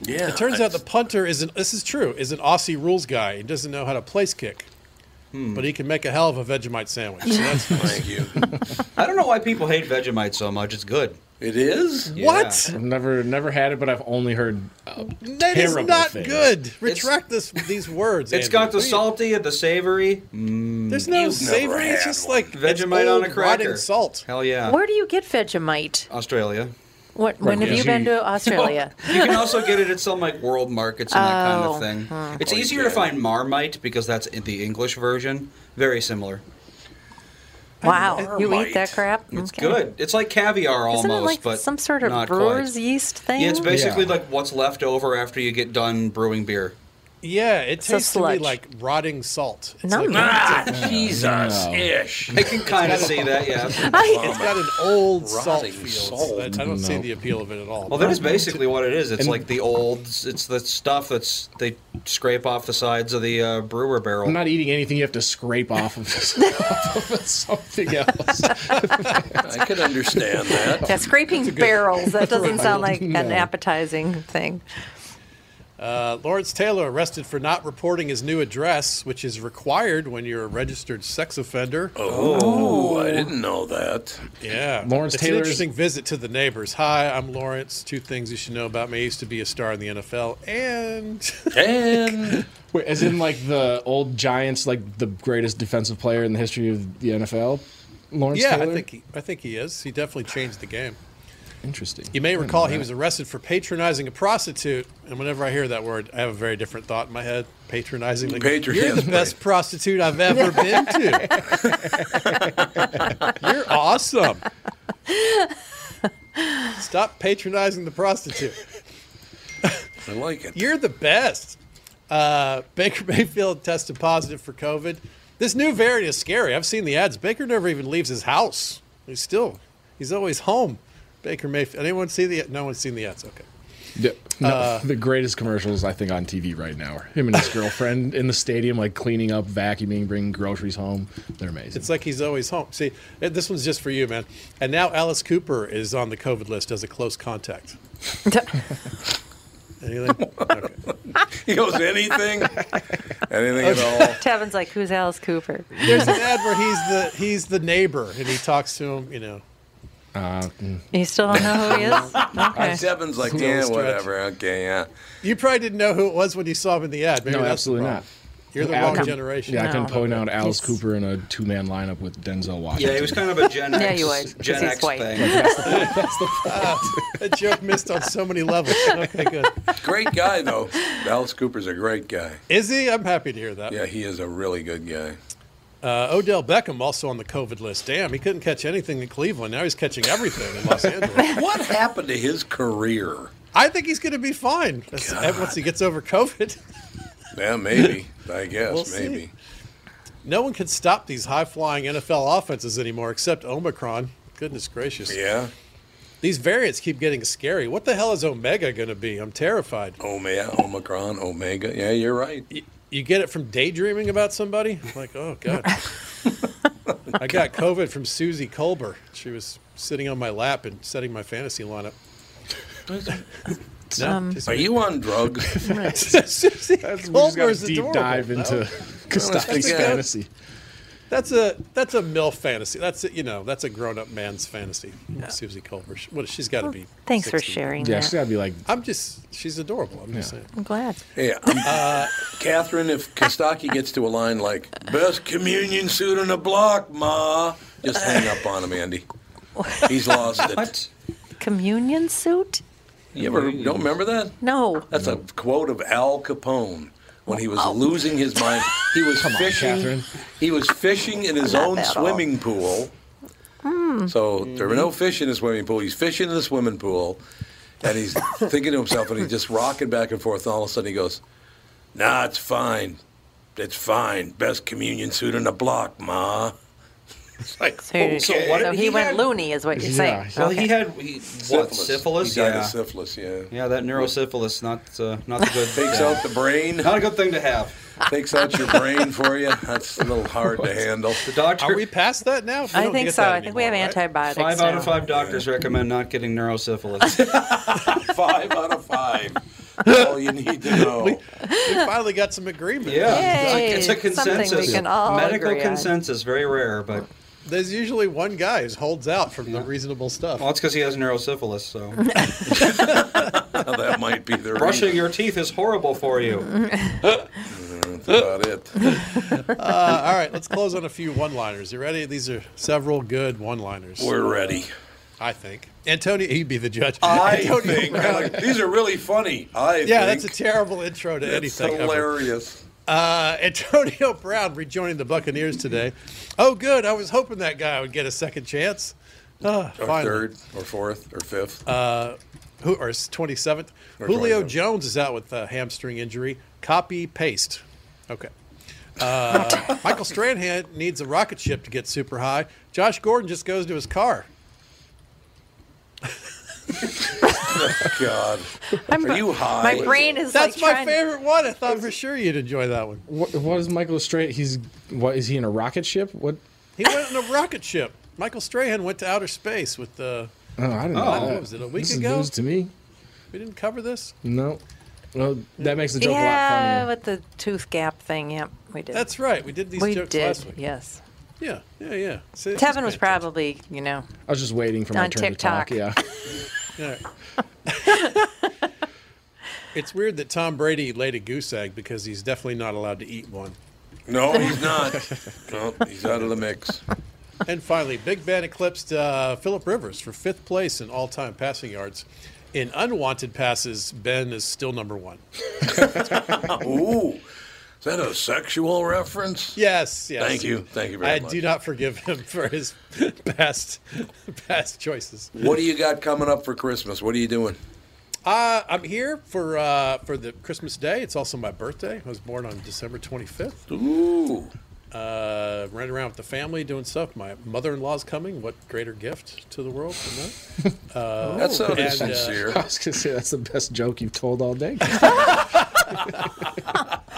Speaker 1: Yeah.
Speaker 4: It turns out the punter is an, this is true, is an Aussie rules guy. He doesn't know how to place kick, but he can make a hell of a Vegemite sandwich. So that's,
Speaker 1: Thank you.
Speaker 2: I don't know why people hate Vegemite so much. It's good.
Speaker 1: It is.
Speaker 4: What?
Speaker 5: I've never never had it, but I've only heard. Uh,
Speaker 4: That is
Speaker 5: Terrible
Speaker 4: not
Speaker 5: thing.
Speaker 4: good. Retract this, these words.
Speaker 2: It's
Speaker 4: Andrew.
Speaker 2: got the
Speaker 4: What are you-
Speaker 2: salty and the savory.
Speaker 4: There's no
Speaker 1: You've never
Speaker 4: savory. It's
Speaker 1: had
Speaker 4: just
Speaker 1: one.
Speaker 4: like it's
Speaker 2: Vegemite
Speaker 4: old
Speaker 2: on a cracker.
Speaker 4: rotting salt.
Speaker 2: Hell yeah.
Speaker 3: Where do you get Vegemite?
Speaker 2: Australia.
Speaker 3: What, when have
Speaker 5: yeah.
Speaker 3: you been to Australia?
Speaker 2: You can also get it at some like world markets and that kind
Speaker 3: Oh,
Speaker 2: of thing. It's easier to find Marmite because that's in the English version. Very similar.
Speaker 3: wow, you eat
Speaker 1: Marmite.
Speaker 3: that crap?
Speaker 2: It's
Speaker 3: Okay.
Speaker 2: good. It's like caviar almost,
Speaker 3: Isn't it like
Speaker 2: but
Speaker 3: some sort of
Speaker 2: not
Speaker 3: brewer's
Speaker 2: quite.
Speaker 3: yeast thing?
Speaker 2: Yeah, it's basically
Speaker 5: Yeah.
Speaker 2: like what's left over after you get done brewing beer.
Speaker 4: Yeah, it
Speaker 3: a
Speaker 4: tastes to me
Speaker 3: sludge.
Speaker 4: like rotting salt. It's
Speaker 3: Numb.
Speaker 4: like-
Speaker 1: Ah, Jesus ish.
Speaker 2: I can kind of see that, yeah.
Speaker 4: it's got an old salt
Speaker 1: Rotting
Speaker 4: feel.
Speaker 1: salt.
Speaker 4: I don't see the appeal of it at all.
Speaker 2: Well, that is basically what it is. It's like the old, it's the stuff that's they scrape off the sides of the uh, brewer barrel.
Speaker 5: I'm not eating anything you have to scrape off of off of something else.
Speaker 1: I can understand that.
Speaker 3: Yeah, scraping barrels. That doesn't sound like an appetizing thing.
Speaker 4: Uh, Lawrence Taylor arrested for not reporting his new address, which is required when you're a registered sex offender.
Speaker 1: Oh, I didn't know that.
Speaker 4: Yeah,
Speaker 5: Lawrence
Speaker 4: it's An
Speaker 5: Taylor's-
Speaker 4: interesting visit to the neighbors. Hi, I'm Lawrence. Two things you should know about me: I used to be a star in the NFL, and
Speaker 1: And
Speaker 5: Wait, as in like the old Giants, like the greatest defensive player in the history of the NFL. Lawrence
Speaker 4: yeah,
Speaker 5: Taylor?
Speaker 4: I think he, I think he is. He definitely changed the game.
Speaker 5: interesting.
Speaker 4: You may recall he was arrested for patronizing a prostitute. And whenever I hear that word, I have a very different thought in my head. Patronizing, like,
Speaker 1: Patron-
Speaker 4: you're the
Speaker 1: yes,
Speaker 4: best prostitute I've ever been to. you're awesome. Stop patronizing the prostitute.
Speaker 1: I like it.
Speaker 4: You're the best. Uh, Baker Mayfield tested positive for COVID. This new variant is scary. I've seen the ads. Baker never even leaves his house. He's still, he's always home. Baker Mayfield. Anyone see the? No one's seen the ads. Okay.
Speaker 5: The, no,
Speaker 4: uh,
Speaker 5: the greatest commercials I think on TV right now are him and his girlfriend in the stadium, like cleaning up, vacuuming, bringing groceries home. They're amazing.
Speaker 4: It's like he's always home. See, eh, this one's just for you, man. And now Alice Cooper is on the COVID list as a close contact. Anything? Okay.
Speaker 1: He goes anything, anything at all.
Speaker 3: Tevin's like, who's Alice Cooper?
Speaker 4: There's an ad where he's the he's the neighbor and he talks to him. You know,
Speaker 3: You still don't know who he is? Okay.
Speaker 1: Seven's like,
Speaker 4: Little
Speaker 1: yeah,
Speaker 4: stretch.
Speaker 1: whatever. Okay, yeah.
Speaker 4: you probably didn't know who it was when you saw him in the ad. Maybe
Speaker 5: no,
Speaker 4: that's the
Speaker 5: absolutely
Speaker 4: problem.
Speaker 5: not.
Speaker 4: You're the
Speaker 5: I
Speaker 4: wrong
Speaker 5: can-
Speaker 4: generation.
Speaker 5: Yeah, I can
Speaker 3: No.
Speaker 5: point out Alice
Speaker 3: He's-
Speaker 5: Cooper in a two-man lineup with Denzel Washington.
Speaker 2: Yeah, it was kind of a Gen X,
Speaker 3: Yeah, you would, 'cause
Speaker 2: Gen
Speaker 3: he's
Speaker 2: X
Speaker 3: white.
Speaker 2: thing.
Speaker 4: That joke missed on so many levels. Okay, good.
Speaker 1: Great guy though. Alice Cooper's a great guy.
Speaker 4: Is he? I'm happy to hear that.
Speaker 1: Yeah, he is a really good guy.
Speaker 4: Uh, Odell Beckham also on the COVID list. Damn, he couldn't catch anything in Cleveland. Now he's catching everything in Los Angeles.
Speaker 1: What happened to his career?
Speaker 4: I think he's going to be fine as- once he gets over COVID.
Speaker 1: Yeah, maybe. I guess
Speaker 4: We'll see.
Speaker 1: maybe.
Speaker 4: No one can stop these high flying NFL offenses anymore except Omicron. Goodness gracious.
Speaker 1: Yeah.
Speaker 4: These variants keep getting scary. What the hell is Omega going to be? I'm terrified.
Speaker 1: Omega, Omicron, Omega. Yeah, you're right.
Speaker 4: You get it from daydreaming about somebody? Like, oh, God. I got COVID from Susie Colber. She was sitting on my lap and setting my fantasy lineup. No, just-
Speaker 1: Are you on drugs?
Speaker 4: Susie
Speaker 5: That's, we just got
Speaker 4: Colber's
Speaker 5: a deep
Speaker 4: adorable.
Speaker 5: dive into
Speaker 4: No.
Speaker 5: Gustafson's
Speaker 1: good.
Speaker 5: fantasy.
Speaker 4: That's a that's a milf fantasy. That's a, you know that's a grown up man's fantasy. Susie Culver. She- What she's got to be.
Speaker 3: Thanks for
Speaker 4: 60.
Speaker 3: sharing
Speaker 5: Yeah, she's
Speaker 3: that.
Speaker 5: got to be like
Speaker 4: I'm just she's adorable. I'm just saying.
Speaker 3: I'm glad.
Speaker 1: yeah. I'm- Catherine, if Kostaki gets to a line like "best communion suit on the block, ma," just hang up on him, Andy. He's lost it.
Speaker 2: What?
Speaker 3: Communion suit?
Speaker 1: You ever don't remember that?
Speaker 3: No.
Speaker 1: That's a quote of Al Capone when he was losing his mind. He was fishing.
Speaker 5: Catherine.
Speaker 1: He was fishing in his own swimming pool. So there were no fish in the swimming pool. He's fishing in the swimming pool, and he's thinking to himself, and he's just rocking back and forth. And all of a sudden, he goes, "Nah, it's fine. It's fine. Best communion suit in the block, ma." It's like,
Speaker 3: So,
Speaker 4: Oh,
Speaker 1: okay.
Speaker 3: oh, so,
Speaker 2: what did
Speaker 3: he,
Speaker 2: he
Speaker 3: went
Speaker 2: had-
Speaker 3: loony, is what you're
Speaker 5: Yeah,
Speaker 3: saying.
Speaker 2: Well,
Speaker 3: okay.
Speaker 2: he had he, what syphilis?
Speaker 1: He died
Speaker 2: yeah.
Speaker 1: of syphilis. Yeah.
Speaker 2: yeah, that neurosyphilis not uh, not the good
Speaker 1: Takes
Speaker 2: uh,
Speaker 1: out the brain.
Speaker 2: not a good thing to have.
Speaker 1: takes out your brain for you. That's a little hard to handle.
Speaker 2: The doctor.
Speaker 4: Are we past that now?
Speaker 3: I think so. I think we have
Speaker 4: anti.
Speaker 3: antibiotics.
Speaker 2: Five out
Speaker 3: now.
Speaker 2: of five doctors recommend not getting neurosyphilis.
Speaker 1: Five out of five. All you need to know.
Speaker 4: We finally got some agreement.
Speaker 2: yeah,
Speaker 3: Yay,
Speaker 2: it's a
Speaker 3: something we
Speaker 2: consensus.
Speaker 3: can all
Speaker 2: Medical
Speaker 3: agree on.
Speaker 2: consensus, very rare, but
Speaker 4: There's usually one guy who holds out from the reasonable stuff.
Speaker 2: well, it's because he has neurosyphilis. So
Speaker 1: That might be the
Speaker 2: brushing
Speaker 1: reason.
Speaker 2: your teeth is horrible for you.
Speaker 1: That's about it.
Speaker 4: Uh, all right, let's close on a few one-liners. You ready? These are several good one-liners.
Speaker 1: We're ready.
Speaker 4: I think Antonio, he'd be the judge.
Speaker 1: I
Speaker 4: Antonio
Speaker 1: think
Speaker 4: Brown.
Speaker 1: like, these are really funny. I
Speaker 4: Yeah,
Speaker 1: think
Speaker 4: that's a terrible intro to
Speaker 1: It's
Speaker 4: anything. ever.
Speaker 1: hilarious.
Speaker 4: Uh, Antonio Brown rejoining the Buccaneers today. Oh, good. I was hoping that guy would get a second chance. Ah,
Speaker 1: Or
Speaker 4: finally. Uh,
Speaker 1: third, or fourth, or fifth.
Speaker 4: Who, or s- 27th.
Speaker 1: Or
Speaker 4: Julio
Speaker 1: 27th.
Speaker 4: Jones is out with a hamstring injury. Copy, paste. Okay. Uh, Michael Strahan needs a rocket ship to get super high. Josh Gordon just goes to his car.
Speaker 1: God,
Speaker 3: I'm-
Speaker 1: are you high?
Speaker 3: My brain is
Speaker 4: That's
Speaker 3: like
Speaker 4: my
Speaker 3: trying-
Speaker 4: favorite one. I thought for sure you'd enjoy that one.
Speaker 5: What, what is Michael Strait? He's what is he in a rocket ship? What?
Speaker 4: He went on a rocket ship. Michael Strahan went to outer space with the.
Speaker 5: Oh, I don't know.
Speaker 4: Oh, what was it, a week
Speaker 5: this is
Speaker 4: ago?
Speaker 5: news to me.
Speaker 4: We didn't cover this.
Speaker 5: No. Well, that makes the joke a lot
Speaker 3: Yeah,
Speaker 5: funnier.
Speaker 3: with the tooth gap thing. Yep, we did.
Speaker 4: That's right. We did these
Speaker 3: we
Speaker 4: jokes
Speaker 3: did.
Speaker 4: last week.
Speaker 3: Yes.
Speaker 4: Yeah, yeah, yeah. See, this is
Speaker 3: Tevin was
Speaker 4: fantastic.
Speaker 3: probably, you know,
Speaker 5: I was just waiting for my
Speaker 3: On
Speaker 5: turn
Speaker 3: TikTok.
Speaker 5: to talk. Yeah.
Speaker 4: Yeah. it's weird that Tom Brady laid a goose egg because he's definitely not allowed to eat one.
Speaker 1: No, he's not. No, he's out of the mix.
Speaker 4: And finally, Big Ben eclipsed uh, Philip Rivers for fifth place in all-time passing yards. In unwanted passes, Ben is still number one.
Speaker 1: Ooh, is that a sexual reference?
Speaker 4: Yes, yes.
Speaker 1: Thank you. Thank you very
Speaker 4: I
Speaker 1: much.
Speaker 4: do not forgive him for his past past choices.
Speaker 1: What do you got coming up for Christmas? What are you doing?
Speaker 4: Uh, I'm here for uh, for the Christmas Day. It's also my birthday. I was born on December 25th.
Speaker 1: Ooh,
Speaker 4: uh, running around with the family doing stuff. My mother in law's coming. What greater gift to the world than that?
Speaker 1: that sounded
Speaker 4: and, uh,
Speaker 1: sincere.
Speaker 5: I was gonna say that's the best joke you've told all day.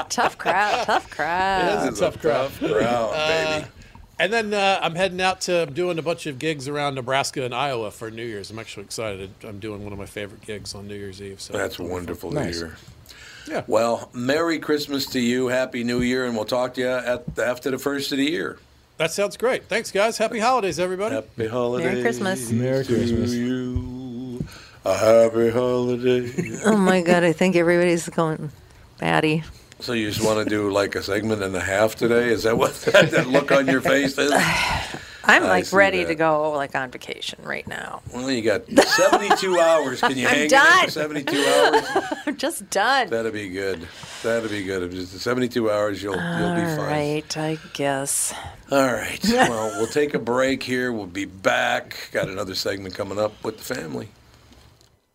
Speaker 3: tough crowd, tough crowd.
Speaker 1: This is a tough crowd, baby.
Speaker 4: And then uh, I'm heading out to I'm doing a bunch of gigs around Nebraska and Iowa for New Year's. I'm actually excited. I'm doing one of my favorite gigs on New Year's Eve. So
Speaker 1: That's wonderful to
Speaker 5: Nice.
Speaker 1: hear.
Speaker 4: Yeah.
Speaker 1: Well, Merry Christmas to you. Happy New Year, and we'll talk to you at the, after the first of the year.
Speaker 4: that sounds great. Thanks, guys. Happy holidays, everybody.
Speaker 1: Happy holidays.
Speaker 3: Merry Christmas.
Speaker 5: Merry Christmas.
Speaker 1: To you. A happy holiday.
Speaker 3: Oh my God, I think everybody's going batty.
Speaker 1: so you just want to do like a segment and a half today? Is that what that, that look on your face is?
Speaker 3: I'm
Speaker 1: I
Speaker 3: like
Speaker 1: see
Speaker 3: ready
Speaker 1: that.
Speaker 3: to go like on vacation right now.
Speaker 1: Well, you got 72 hours. Can you
Speaker 3: I'm
Speaker 1: hang in there for
Speaker 3: done.
Speaker 1: 72 hours?
Speaker 3: I'm just done.
Speaker 1: That'd be good. That'd be good. If it's 72 hours, you'll you'll be
Speaker 3: All
Speaker 1: fine.
Speaker 3: right, I guess.
Speaker 1: All right. Well, we'll take a break here. We'll be back. Got another segment coming up with the family.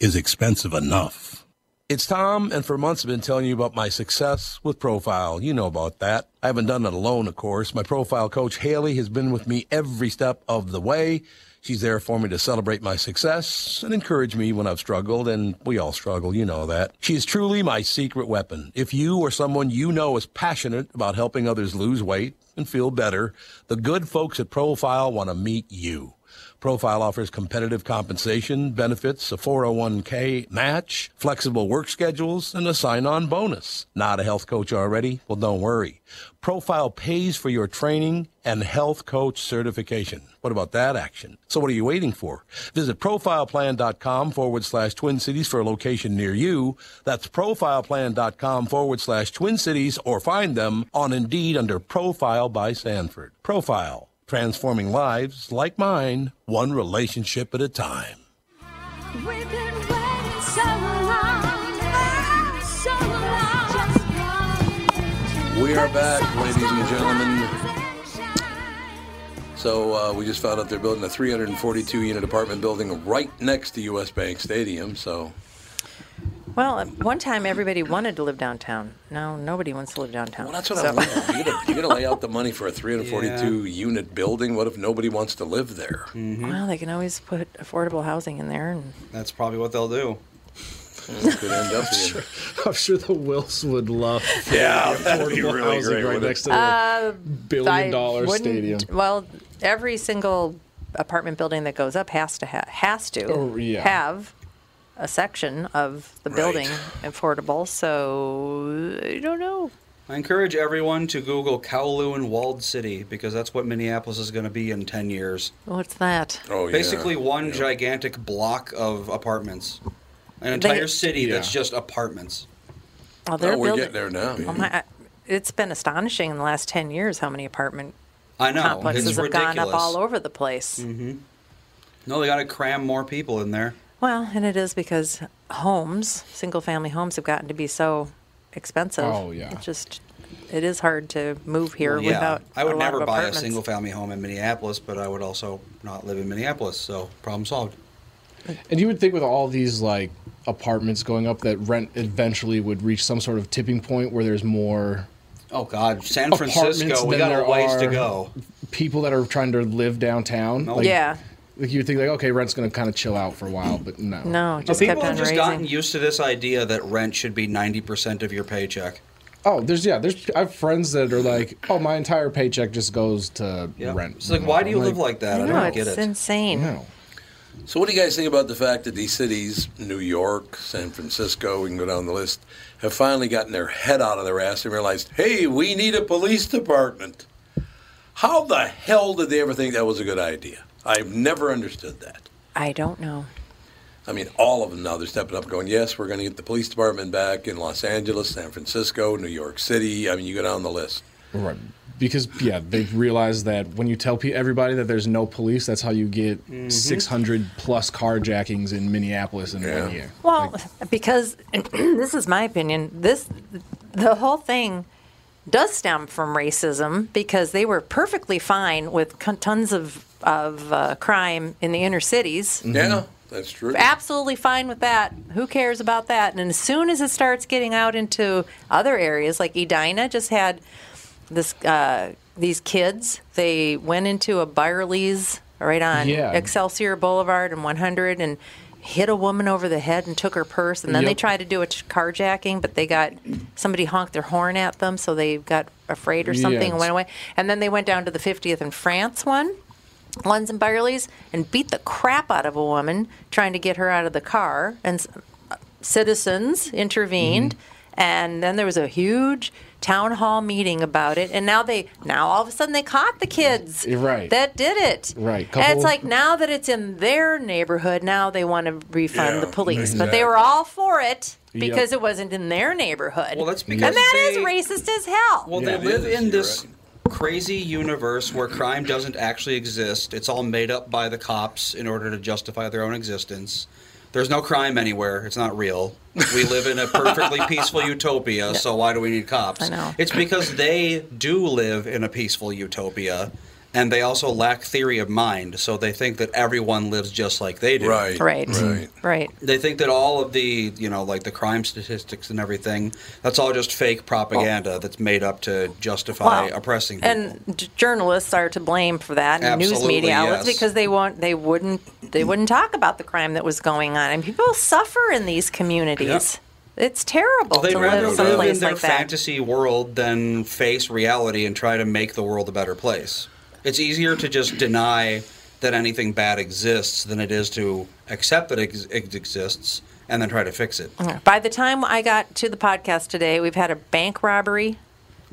Speaker 6: is expensive enough. It's Tom, and for months I've been telling you about my success with Profile. You know about that. I haven't done it alone, of course. My Profile coach, Haley, has been with me every step of the way. She's there for me to celebrate my success and encourage me when I've struggled, and we all struggle, you know that. She is truly my secret weapon. If you or someone you know is passionate about helping others lose weight and feel better, the good folks at Profile want to meet you. Profile offers competitive compensation, benefits, a 401k match, flexible work schedules, and a sign on bonus. Not a health coach already? Well, don't worry. Profile pays for your training and health coach certification. What about that action? So, what are you waiting for? Visit profileplan.com forward slash twin cities for a location near you. That's profileplan.com forward slash twin cities or find them on Indeed under Profile by Sanford. Profile transforming lives like mine, one relationship at a time.
Speaker 7: We've been waiting so long, so long. Just one.
Speaker 1: We are back, ladies and gentlemen. So uh, we just found out they're building a 342 unit apartment building right next to U.S. Bank Stadium. So
Speaker 3: Well, at one time everybody wanted to live downtown. Now nobody wants to live downtown.
Speaker 1: well, that's what
Speaker 3: So-
Speaker 1: I'm wondering. You're gonna- You're going to lay out the money for a 342 unit building. What if nobody wants to live there?
Speaker 3: Well, they can always put affordable housing in there, and
Speaker 2: That's probably what they'll do.
Speaker 1: It could end up being.
Speaker 5: I'm sure the Wills would love
Speaker 1: Yeah, that'd be
Speaker 5: affordable
Speaker 1: really
Speaker 5: housing
Speaker 1: great.
Speaker 5: right
Speaker 1: wouldn't it?
Speaker 5: next to the billion
Speaker 3: Uh, I
Speaker 5: dollar
Speaker 3: wouldn't-
Speaker 5: stadium.
Speaker 3: Well, every single apartment building that goes up has to ha- has to
Speaker 5: Oh, yeah.
Speaker 3: have a section of the building affordable. So I don't know.
Speaker 2: I encourage everyone to Google Kowloon and Walled City because that's what Minneapolis is going to be in 10 years.
Speaker 3: What's that?
Speaker 1: Oh, yeah.
Speaker 2: Basically, one gigantic block of apartments. An entire city that's
Speaker 5: Yeah.
Speaker 2: just apartments.
Speaker 3: Oh,
Speaker 1: Oh,
Speaker 3: they're
Speaker 1: we're
Speaker 3: building.
Speaker 1: getting there now.
Speaker 3: Oh my, I- it's been astonishing in the last ten years how many apartment
Speaker 2: I know.
Speaker 3: complexes
Speaker 2: it's
Speaker 3: have
Speaker 2: ridiculous. Mm-hmm.
Speaker 3: gone up all over the place.
Speaker 2: No, they got to cram more people in there.
Speaker 3: Well, and it is because homes, single family homes, have gotten to be so expensive.
Speaker 5: Oh, yeah.
Speaker 3: It's just, it is hard to move here
Speaker 2: Yeah.
Speaker 3: without.
Speaker 2: I would
Speaker 3: a lot
Speaker 2: never
Speaker 3: of
Speaker 2: buy a
Speaker 3: apartments.
Speaker 2: single family home in Minneapolis, but I would also not live in Minneapolis. So, problem solved.
Speaker 5: And you would think with all these like apartments going up that rent eventually would reach some sort of tipping point where there's more
Speaker 2: Oh, God. San
Speaker 5: Apartments
Speaker 2: Francisco, we
Speaker 5: than
Speaker 2: got
Speaker 5: there
Speaker 2: a ways to
Speaker 5: are-
Speaker 2: go.
Speaker 5: people that are trying to live downtown. Like,
Speaker 3: Yeah.
Speaker 5: Like you would think like okay, rent's gonna kind of chill out for a while, but no.
Speaker 3: No, it
Speaker 2: But
Speaker 3: just kept
Speaker 2: people
Speaker 3: on
Speaker 2: have just
Speaker 3: raising.
Speaker 2: gotten used to this idea that rent should be 90% of your paycheck.
Speaker 5: Oh, there's yeah, there's I have friends that are like, oh, my entire paycheck just goes to
Speaker 2: Yeah.
Speaker 5: rent.
Speaker 2: It's like, why do you live like that? I,
Speaker 3: I know,
Speaker 2: don't get
Speaker 3: it's
Speaker 2: it.
Speaker 3: insane.
Speaker 5: No.
Speaker 1: So, what do you guys think about the fact that these cities, New York, San Francisco, we can go down the list, have finally gotten their head out of their ass and realized, hey, we need a police department? How the hell did they ever think that was a good idea? I've never understood that.
Speaker 3: I don't know.
Speaker 1: I mean, all of them now, they're stepping up going, yes, we're going to get the police department back in Los Angeles, San Francisco, New York City. I mean, you go down the list.
Speaker 5: Right. Because yeah, they realize that when you tell pe- everybody that there's no police, that's how you get
Speaker 2: Mm-hmm.
Speaker 5: 600 plus carjackings in Minneapolis in
Speaker 1: Yeah.
Speaker 5: one year.
Speaker 3: Well, because this is my opinion. This, the whole thing, does stem from racism because they were perfectly fine with con- tons of of uh, crime in the inner cities.
Speaker 1: Yeah, that's true.
Speaker 3: absolutely fine with that. Who cares about that? And as soon as it starts getting out into other areas, like Edina just had this uh, these kids. They went into a Byerly's right on
Speaker 5: Yeah.
Speaker 3: Excelsior Boulevard and 100 and hit a woman over the head and took her purse. And then they
Speaker 5: Yep.
Speaker 3: tried to do a t- carjacking, but they got somebody honked their horn at them, so they got afraid or
Speaker 5: Yeah,
Speaker 3: something and
Speaker 5: it's-
Speaker 3: went away. And then they went down to the 50th in France one. Lunds and Byerly's and beat the crap out of a woman trying to get her out of the car. And s- uh, citizens intervened.
Speaker 5: Mm-hmm.
Speaker 3: And then there was a huge town hall meeting about it. And now they, now all of a sudden they caught the kids
Speaker 5: You're right.
Speaker 3: that did it.
Speaker 5: Right.
Speaker 3: And it's
Speaker 5: Couple-
Speaker 3: like now that it's in their neighborhood, now they want to refund
Speaker 1: Yeah,
Speaker 3: the police. But they were all for it because it wasn't in their neighborhood.
Speaker 2: Well, that's because
Speaker 3: and that is
Speaker 2: they-
Speaker 3: racist as hell.
Speaker 2: Well,
Speaker 1: Yeah, it
Speaker 2: they live
Speaker 1: is,
Speaker 2: in
Speaker 1: you're
Speaker 2: this
Speaker 1: right.
Speaker 2: crazy universe where crime doesn't actually exist. It's all made up by the cops in order to justify their own existence. There's no crime anywhere. It's not real. We live in a perfectly peaceful utopia, so why do we need cops?
Speaker 3: I know.
Speaker 2: It's because they do live in a peaceful utopia, and they also lack theory of mind, so they think that everyone lives just like they do.
Speaker 1: Right.
Speaker 3: Right.
Speaker 1: Right.
Speaker 3: right.
Speaker 2: They think that all of the, you know, like the crime statistics and everything, that's all just fake propaganda that's made up to justify
Speaker 3: Well,
Speaker 2: oppressing people.
Speaker 3: And j- journalists are to blame for that, and news
Speaker 2: Absolutely,
Speaker 3: media outlets,
Speaker 2: yes.
Speaker 3: because they won't, they wouldn't, they wouldn't talk about the crime that was going on, and people suffer in these communities. It's terrible
Speaker 2: They'd
Speaker 3: to
Speaker 2: rather
Speaker 3: live
Speaker 2: live in
Speaker 3: someplace
Speaker 2: their
Speaker 3: like that.
Speaker 2: fantasy world than face reality and try to make the world a better place. It's easier to just deny that anything bad exists than it is to accept that it ex- it exists and then try to fix it.
Speaker 3: Hmm. By the time I got to the podcast today, we've had a bank robbery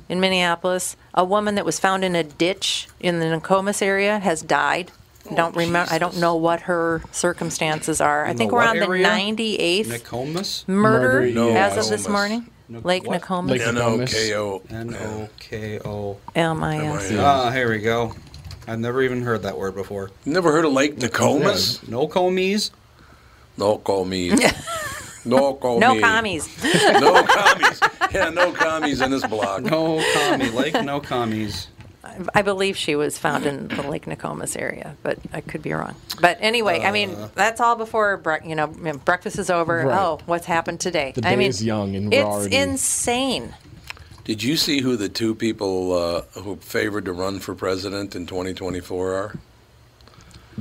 Speaker 3: in Minneapolis. A woman that was found in a ditch in the Nokomis area has died.
Speaker 2: Oh,
Speaker 3: I don't remember. I don't know what her circumstances are. I
Speaker 2: the
Speaker 3: think we're
Speaker 2: what
Speaker 3: on the
Speaker 2: area?
Speaker 3: 98th
Speaker 2: Nicomas?
Speaker 3: murder,
Speaker 5: Murder, No,
Speaker 3: as of this
Speaker 1: Nokomis.
Speaker 3: morning. Lake
Speaker 2: what?
Speaker 3: Nokomis.
Speaker 5: Lake
Speaker 1: N O K O.
Speaker 2: N O K O.
Speaker 3: M I S.
Speaker 1: Yeah.
Speaker 2: Ah, here we go. I've never even heard that word before.
Speaker 1: Never heard of Lake Nokomis?
Speaker 2: No commies.
Speaker 1: No commies. No commies.
Speaker 3: No commies.
Speaker 1: No commies. Yeah, no commies in this block.
Speaker 2: No commie. Lake no commies.
Speaker 3: I believe she was found in the Lake Nokomis area, but I could be wrong. But anyway, I mean, that's all before brec- you know m- breakfast is over.
Speaker 5: Uh. Right.
Speaker 3: Oh, what's happened today?
Speaker 5: The
Speaker 3: I
Speaker 5: day
Speaker 3: mean,
Speaker 5: is young and we're
Speaker 3: it's
Speaker 5: already-
Speaker 3: insane.
Speaker 1: Did you see who the two people uh, who favored to run for president in 2024 are?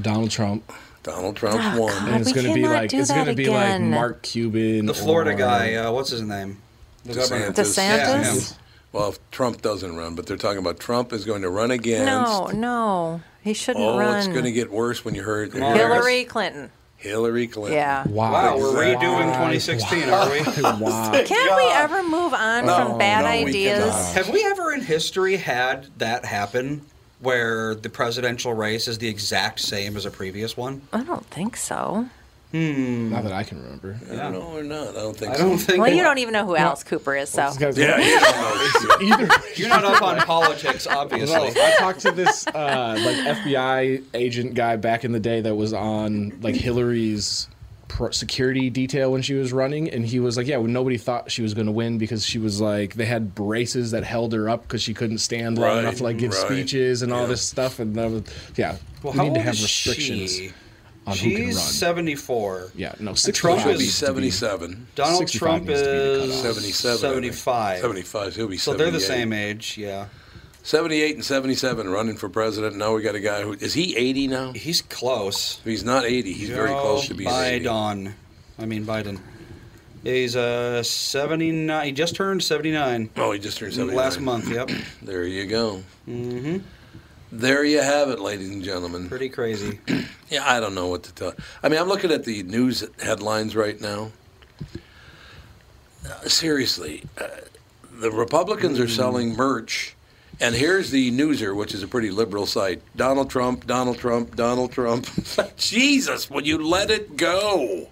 Speaker 5: Donald Trump.
Speaker 1: Donald Trump
Speaker 3: Oh,
Speaker 1: won.
Speaker 5: And it's
Speaker 3: We
Speaker 5: going to be
Speaker 3: cannot
Speaker 5: like
Speaker 3: do
Speaker 5: it's going to
Speaker 3: that
Speaker 5: be like
Speaker 3: again.
Speaker 5: Mark Cuban,
Speaker 2: The Florida
Speaker 5: or-
Speaker 2: guy. Uh, what's his name? The governor.
Speaker 1: DeSantis.
Speaker 2: Yeah,
Speaker 3: DeSantis?
Speaker 1: Well, if Trump doesn't run, but they're talking about Trump is going to run against.
Speaker 3: No, no, he shouldn't
Speaker 1: Oh,
Speaker 3: run.
Speaker 1: it's going to get worse when you heard
Speaker 2: on.
Speaker 3: Hillary Clinton.
Speaker 1: Hillary Clinton.
Speaker 3: Yeah.
Speaker 5: Wow,
Speaker 2: Wow, we're
Speaker 5: Exactly.
Speaker 2: redoing 2016, are we?
Speaker 5: Wow.
Speaker 3: Can we ever move on from bad
Speaker 1: no, we
Speaker 3: ideas?
Speaker 1: cannot.
Speaker 2: Have we ever in history had that happen where the presidential race is the exact same as a previous one?
Speaker 3: I don't think so.
Speaker 5: Not that I can remember.
Speaker 2: Yeah.
Speaker 1: No, we're not. I don't think
Speaker 2: I
Speaker 1: so.
Speaker 2: don't think
Speaker 3: Well, you don't even know who Alice Cooper is, so.
Speaker 5: This guy's-
Speaker 1: Yeah, you don't know.
Speaker 5: Either
Speaker 2: you're not up on politics,
Speaker 5: No,
Speaker 2: obviously.
Speaker 5: I talked to this uh, like FBI agent guy back in the day that was on like Hillary's pro- security detail when she was running, and he was like, "Yeah, well, nobody thought she was going to win because she was like they had braces that held her up because she couldn't stand long
Speaker 1: Right,
Speaker 5: enough to like give
Speaker 1: right,
Speaker 5: speeches and all
Speaker 1: yeah.
Speaker 5: this stuff." And that was, yeah,
Speaker 2: Well,
Speaker 5: we
Speaker 2: how
Speaker 5: need to
Speaker 2: old
Speaker 5: have
Speaker 2: is
Speaker 5: restrictions
Speaker 2: she?
Speaker 5: on who can run.
Speaker 2: She's 74.
Speaker 5: yeah, no,
Speaker 2: Trump
Speaker 5: sixty-five
Speaker 1: He'll be
Speaker 2: is-
Speaker 5: needs to be-
Speaker 1: 77.
Speaker 2: Donald
Speaker 5: 65
Speaker 2: Trump
Speaker 5: needs to be the
Speaker 2: is
Speaker 5: cutoff.
Speaker 1: 77. I think.
Speaker 2: 75.
Speaker 1: 75. He'll be
Speaker 2: So they're the
Speaker 1: 78.
Speaker 2: same age, yeah.
Speaker 1: 78 and 77 running for president. Now we got a guy who is he 80 now?
Speaker 2: He's close.
Speaker 1: If he's not 80, he's very
Speaker 2: Joe
Speaker 1: close to being 80.
Speaker 2: Biden. I mean Biden. He's uh 79. He just turned 79
Speaker 1: Oh, he just turned 79
Speaker 2: last month. Yep,
Speaker 1: There you go. Mm-hmm. There you have it, ladies and gentlemen.
Speaker 2: pretty crazy.
Speaker 1: Yeah, I don't know what to tell. I mean, I'm looking at the news headlines right now. Uh, seriously, uh, the Republicans are
Speaker 3: Hmm.
Speaker 1: selling merch, and here's the Newser, which is a pretty liberal site. Donald Trump, Donald Trump, Donald Trump. Jesus, will you let it go?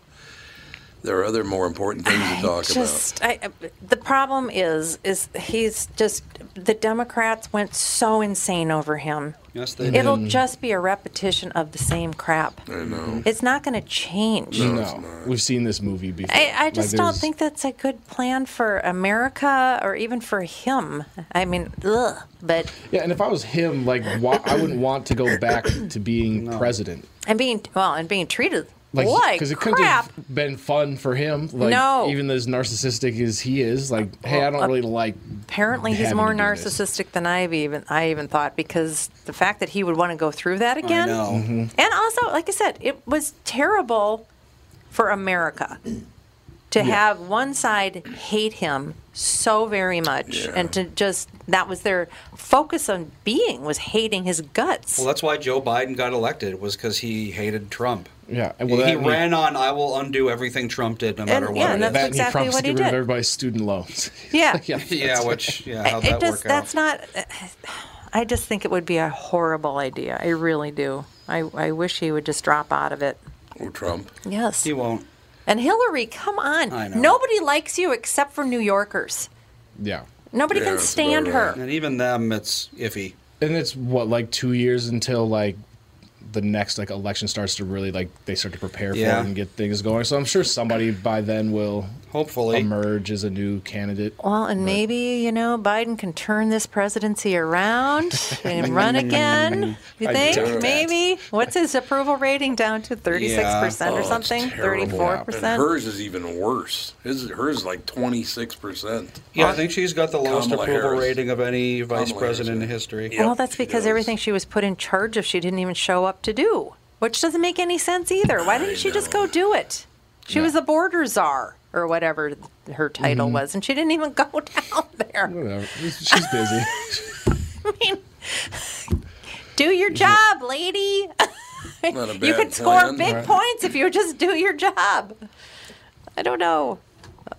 Speaker 1: There are other more important things to talk about.
Speaker 3: just I, I- the problem is is he's just the democrats went so insane over him
Speaker 2: Yes, they did.
Speaker 3: it'll just be a repetition of the same crap
Speaker 1: I know.
Speaker 3: it's not going to change
Speaker 5: No, we've seen this movie before.
Speaker 3: I, I
Speaker 5: Like,
Speaker 3: just don't
Speaker 5: there's-
Speaker 3: think that's a good plan for America or even for him. I mean, ugh. But
Speaker 5: Yeah, and if I was him, like, why, I wouldn't want to go back to being president.
Speaker 3: and being well and being treated like,
Speaker 5: it could
Speaker 3: crap.
Speaker 5: have been fun for him. Like,
Speaker 3: No.
Speaker 5: even as narcissistic as he is, like, hey, I don't really like.
Speaker 3: Apparently, he's
Speaker 5: having
Speaker 3: more
Speaker 5: to do this.
Speaker 3: narcissistic than I've even I even thought because the fact that he would want to go through that again.
Speaker 2: know. Mm-hmm.
Speaker 3: And also, like I said, it was terrible for America to have one side hate him so very much and to just that was their focus on being was hating his guts.
Speaker 2: Well, that's why Joe Biden got elected was because he hated Trump.
Speaker 5: Yeah, and
Speaker 2: Well,
Speaker 5: well,
Speaker 2: he
Speaker 5: that-
Speaker 2: ran on. I will undo everything Trump did, no matter
Speaker 3: And-
Speaker 2: what.
Speaker 3: yeah, and
Speaker 2: it
Speaker 5: That and
Speaker 3: that's
Speaker 2: is."
Speaker 5: he
Speaker 3: exactly
Speaker 5: promised
Speaker 3: what
Speaker 5: to
Speaker 3: he
Speaker 5: get rid of
Speaker 3: did.
Speaker 5: everybody's student loans.
Speaker 3: yeah.
Speaker 2: yeah, which yeah, how'd
Speaker 3: it
Speaker 2: that
Speaker 3: just
Speaker 2: work
Speaker 3: that's
Speaker 2: out?
Speaker 3: not I just think it would be a horrible idea. I really do. I, I wish he would just drop out of it.
Speaker 1: Oh, Trump.
Speaker 3: Yes.
Speaker 2: He won't.
Speaker 3: And Hillary, come on.
Speaker 2: I know.
Speaker 3: Nobody likes you except for New Yorkers.
Speaker 5: yeah.
Speaker 3: Nobody
Speaker 1: Yeah,
Speaker 3: can
Speaker 1: that's
Speaker 3: stand
Speaker 1: about right.
Speaker 3: her.
Speaker 2: And even them, it's iffy.
Speaker 5: And it's what, like, two years until, like, the next like election starts to really like they start to prepare for
Speaker 2: Yeah.
Speaker 5: it and get things going. So I'm sure somebody by then will
Speaker 2: Hopefully.
Speaker 5: emerge as a new candidate.
Speaker 3: Well, and maybe, you know, Biden can turn this presidency around and run again. You
Speaker 5: I doubt
Speaker 3: think?
Speaker 5: it.
Speaker 3: Maybe? What's his approval rating down to? 36%
Speaker 2: Yeah.
Speaker 3: or
Speaker 1: Oh, it's
Speaker 3: something?
Speaker 1: terrible.
Speaker 3: 34%?
Speaker 1: And hers is even worse. His, hers is like 26%.
Speaker 2: Yeah, I think she's got the lowest
Speaker 1: Kamala
Speaker 2: approval
Speaker 1: Harris.
Speaker 2: rating of any vice
Speaker 1: Kamala Harris,
Speaker 2: president in
Speaker 1: yeah.
Speaker 2: history.
Speaker 1: Yeah.
Speaker 3: well, that's
Speaker 1: she
Speaker 3: because
Speaker 1: does.
Speaker 3: everything she was put in charge of, she didn't even show up to do, which doesn't make any sense either. Why didn't she just go do it? She was the border czar or whatever her title was, and she didn't even go down there.
Speaker 5: Whatever. She's busy.
Speaker 3: I mean, do your job, lady.
Speaker 1: Not a
Speaker 3: you
Speaker 1: bad
Speaker 3: could score
Speaker 1: plan.
Speaker 3: big points if you would just do your job. I don't know.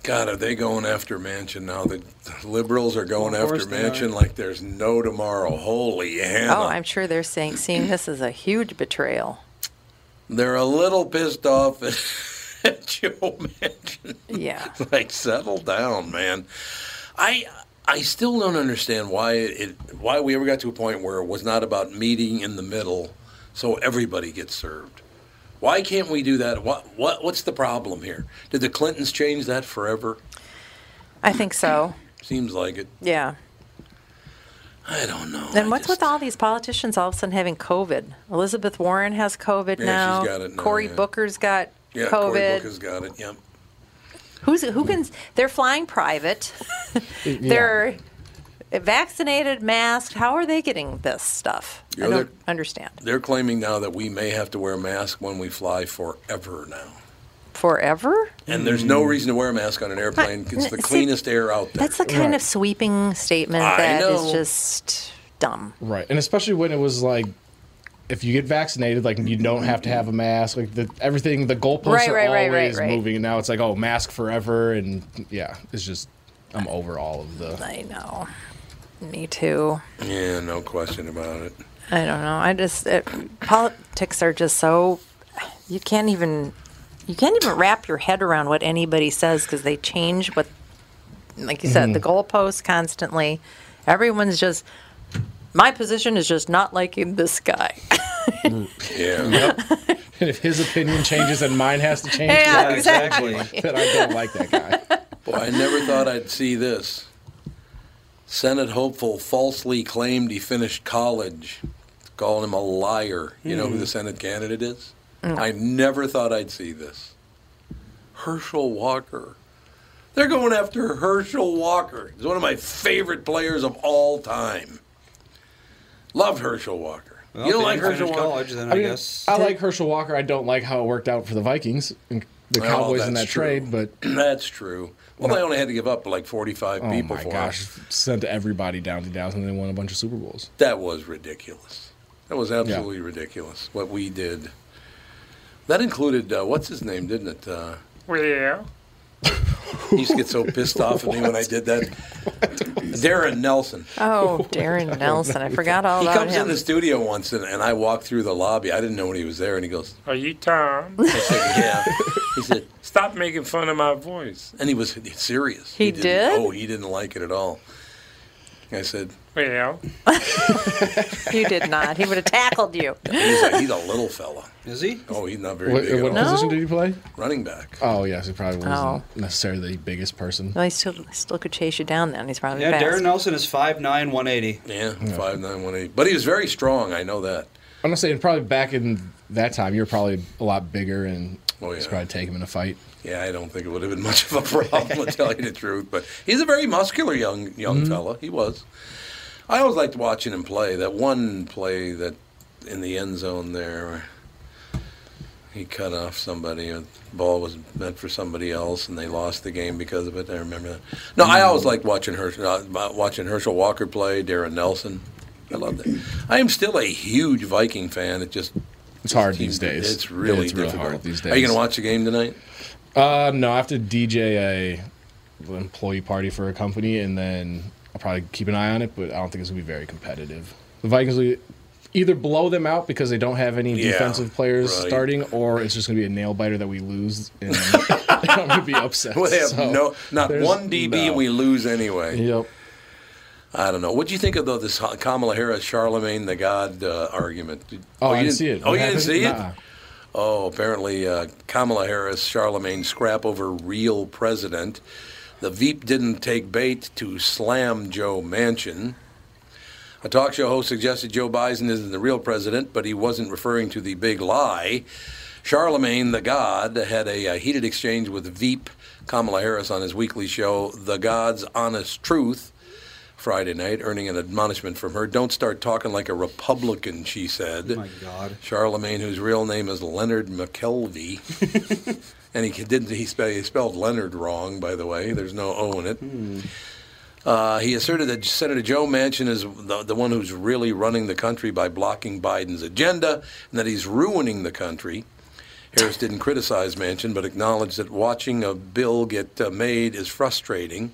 Speaker 1: God, are they going after Mansion now? The liberals are going
Speaker 2: Of course
Speaker 1: after
Speaker 2: they are.
Speaker 1: Mansion like there's no tomorrow. Holy Hannah!
Speaker 3: Oh, I'm sure they're saying seeing this as a huge betrayal.
Speaker 1: They're a little pissed off at, at Joe Manchin.
Speaker 3: Yeah.
Speaker 1: like, settle down, man. I I still don't understand why it why we ever got to a point where it was not about meeting in the middle, so everybody gets served. Why can't we do that? What what what's the problem here? Did the Clintons change that forever?
Speaker 3: I think so.
Speaker 1: Seems like it.
Speaker 3: Yeah.
Speaker 1: I don't know.
Speaker 3: Then
Speaker 1: I
Speaker 3: what's
Speaker 1: just-
Speaker 3: with all these politicians all of a sudden having COVID? Elizabeth Warren has COVID
Speaker 1: Yeah,
Speaker 3: now.
Speaker 1: she's got it now,
Speaker 3: Cory
Speaker 1: yeah.
Speaker 3: Booker's got
Speaker 1: Yeah, Cory
Speaker 3: COVID.
Speaker 1: Booker's got it. Yep.
Speaker 3: Who's who can? They're flying private. They're vaccinated, masked. How are they getting this stuff?
Speaker 1: You know,
Speaker 3: I
Speaker 1: they're-
Speaker 3: don't understand.
Speaker 1: They're claiming now that we may have to wear a mask when we fly forever now.
Speaker 3: Forever?
Speaker 1: And there's no reason to wear a mask on an airplane. It's the
Speaker 3: Mm. See,
Speaker 1: cleanest air out there.
Speaker 3: That's the kind of sweeping statement
Speaker 1: I
Speaker 3: that is
Speaker 1: know.
Speaker 3: just dumb.
Speaker 5: Right, and especially when it was like, if you get vaccinated, like you don't have to have a mask. Like the, everything, the goalposts
Speaker 3: Right,
Speaker 5: are
Speaker 3: right, right, right,
Speaker 5: always
Speaker 3: right.
Speaker 5: moving, and now it's like, oh, mask forever, and yeah, it's just I'm over all of the.
Speaker 3: I know. Me too.
Speaker 1: yeah, no question about it.
Speaker 3: I don't know. I just it, politics are just so you can't even you can't even wrap your head around what anybody says because they change what, like you said, the
Speaker 1: Mm.
Speaker 3: goalposts constantly. Everyone's just my position is just not liking this guy.
Speaker 1: Yeah.
Speaker 5: And if his opinion changes, then mine has to change.
Speaker 3: Yeah,
Speaker 2: exactly.
Speaker 5: That I don't like that guy.
Speaker 1: Boy, I never thought I'd see this. Senate hopeful falsely claimed he finished college, calling him a liar. You know who the Senate candidate is? I never thought I'd see this. Herschel Walker. They're going after Herschel Walker. He's one of my favorite players of all time. Loved Herschel Walker.
Speaker 2: Well,
Speaker 1: you don't
Speaker 2: if
Speaker 1: like
Speaker 2: didn't finish
Speaker 1: Herschel Walker?
Speaker 2: college, then I,
Speaker 5: I mean,
Speaker 2: guess.
Speaker 5: I like Herschel Walker. I don't like how it worked out for the Vikings, and the
Speaker 1: Well,
Speaker 5: Cowboys in that
Speaker 1: that's true.
Speaker 5: trade, but
Speaker 1: That's true. Well, they only had to give up like 45
Speaker 5: oh
Speaker 1: people
Speaker 5: my
Speaker 1: for him.
Speaker 5: gosh, sent everybody down to Dallas, and they won a bunch of Super Bowls.
Speaker 1: That was ridiculous. That was absolutely ridiculous. What we did. That included uh, what's his name, didn't it? Uh, he used to get so pissed off at me when I did that. Darren Nelson.
Speaker 3: Oh, Darren Nelson, I forgot all
Speaker 1: He
Speaker 3: about
Speaker 1: comes
Speaker 3: him.
Speaker 1: in the studio once, and, and I walk through the lobby. I didn't know when he was there, and he goes,
Speaker 8: Are you Tom?
Speaker 1: I said, "Yeah." he said,
Speaker 8: Stop making fun of my voice.
Speaker 1: and he was serious.
Speaker 3: He
Speaker 1: didn't-
Speaker 3: did?
Speaker 1: Oh, he didn't like it at all. I said,
Speaker 8: Well,
Speaker 3: you did not. He would have tackled you.
Speaker 1: he's a, he's a little fella.
Speaker 2: Is he?
Speaker 1: Oh, he's not very
Speaker 5: What,
Speaker 1: big
Speaker 5: what
Speaker 1: at all.
Speaker 5: position
Speaker 3: No.
Speaker 5: did he play?
Speaker 1: Running back.
Speaker 5: Oh yes, he probably wasn't
Speaker 3: Oh.
Speaker 5: necessarily the biggest person.
Speaker 3: Well, he still still could chase you down. Then he's probably
Speaker 2: Yeah,
Speaker 3: fast.
Speaker 2: Darren Nelson is 5'9", 180.
Speaker 1: Yeah, five nine one eight. But he was very strong. I know that.
Speaker 5: I'm not saying probably back in that time, you were probably a lot bigger, and
Speaker 1: Oh,
Speaker 5: oh,
Speaker 1: yeah.
Speaker 5: probably take him in a fight.
Speaker 1: Yeah, I don't think it would have been much of a problem, to tell you the truth. But he's a very muscular young
Speaker 5: Mm-hmm.
Speaker 1: young fella. He was. I always liked watching him play. That one play that in the end zone there, where he cut off somebody. and The ball was meant for somebody else, and they lost the game because of it. I remember that. No, I
Speaker 5: Mm-hmm.
Speaker 1: always liked watching Herschel, uh, watching Herschel Walker play, Darren Nelson. I loved it. I am still a huge Viking fan. It just
Speaker 5: It's hard these days.
Speaker 1: It's really
Speaker 5: it's real
Speaker 1: difficult
Speaker 5: hard these
Speaker 1: Are you
Speaker 5: days.
Speaker 1: going to watch the game tonight?
Speaker 5: Uh, no, I have to DJ a an employee party for a company, and then I'll probably keep an eye on it. But I don't think it's gonna be very competitive. The Vikings will either blow them out because they don't have any
Speaker 1: Yeah,
Speaker 5: defensive players
Speaker 1: right.
Speaker 5: starting, or it's just gonna be a nail biter that we lose, and I'm gonna be upset.
Speaker 1: Well, they have
Speaker 5: So,
Speaker 1: no, not
Speaker 5: there's-
Speaker 1: one DB.
Speaker 5: no.
Speaker 1: We lose anyway.
Speaker 5: Yep.
Speaker 1: I don't know. What do you think of though this Ha- Kamala Harris, Charlemagne the God uh, argument? Did-
Speaker 5: Oh,
Speaker 1: you
Speaker 5: I didn't see it.
Speaker 1: Oh,
Speaker 5: What
Speaker 1: you didn't
Speaker 5: happened?
Speaker 1: see it?
Speaker 5: Nuh-uh.
Speaker 1: Oh, apparently uh, Kamala Harris, Charlemagne scrap over real president. The Veep didn't take bait to slam Joe Manchin. A talk show host suggested Joe Biden isn't the real president, but he wasn't referring to the big lie. Charlemagne the God had a, uh heated exchange with Veep Kamala Harris on his weekly show, The God's Honest Truth, Friday night, earning an admonishment from her. Don't start talking like a Republican, she said.
Speaker 2: My God.
Speaker 1: Charlemagne, whose real name is Leonard McKelvey, and he didn't he, spe- he spelled Leonard wrong, by the way. There's no O in it. Uh, he asserted that Senator Joe Manchin is the, the one who's really running the country by blocking Biden's agenda, and that he's ruining the country. Harris didn't criticize Manchin, but acknowledged that watching a bill get uh, made is frustrating.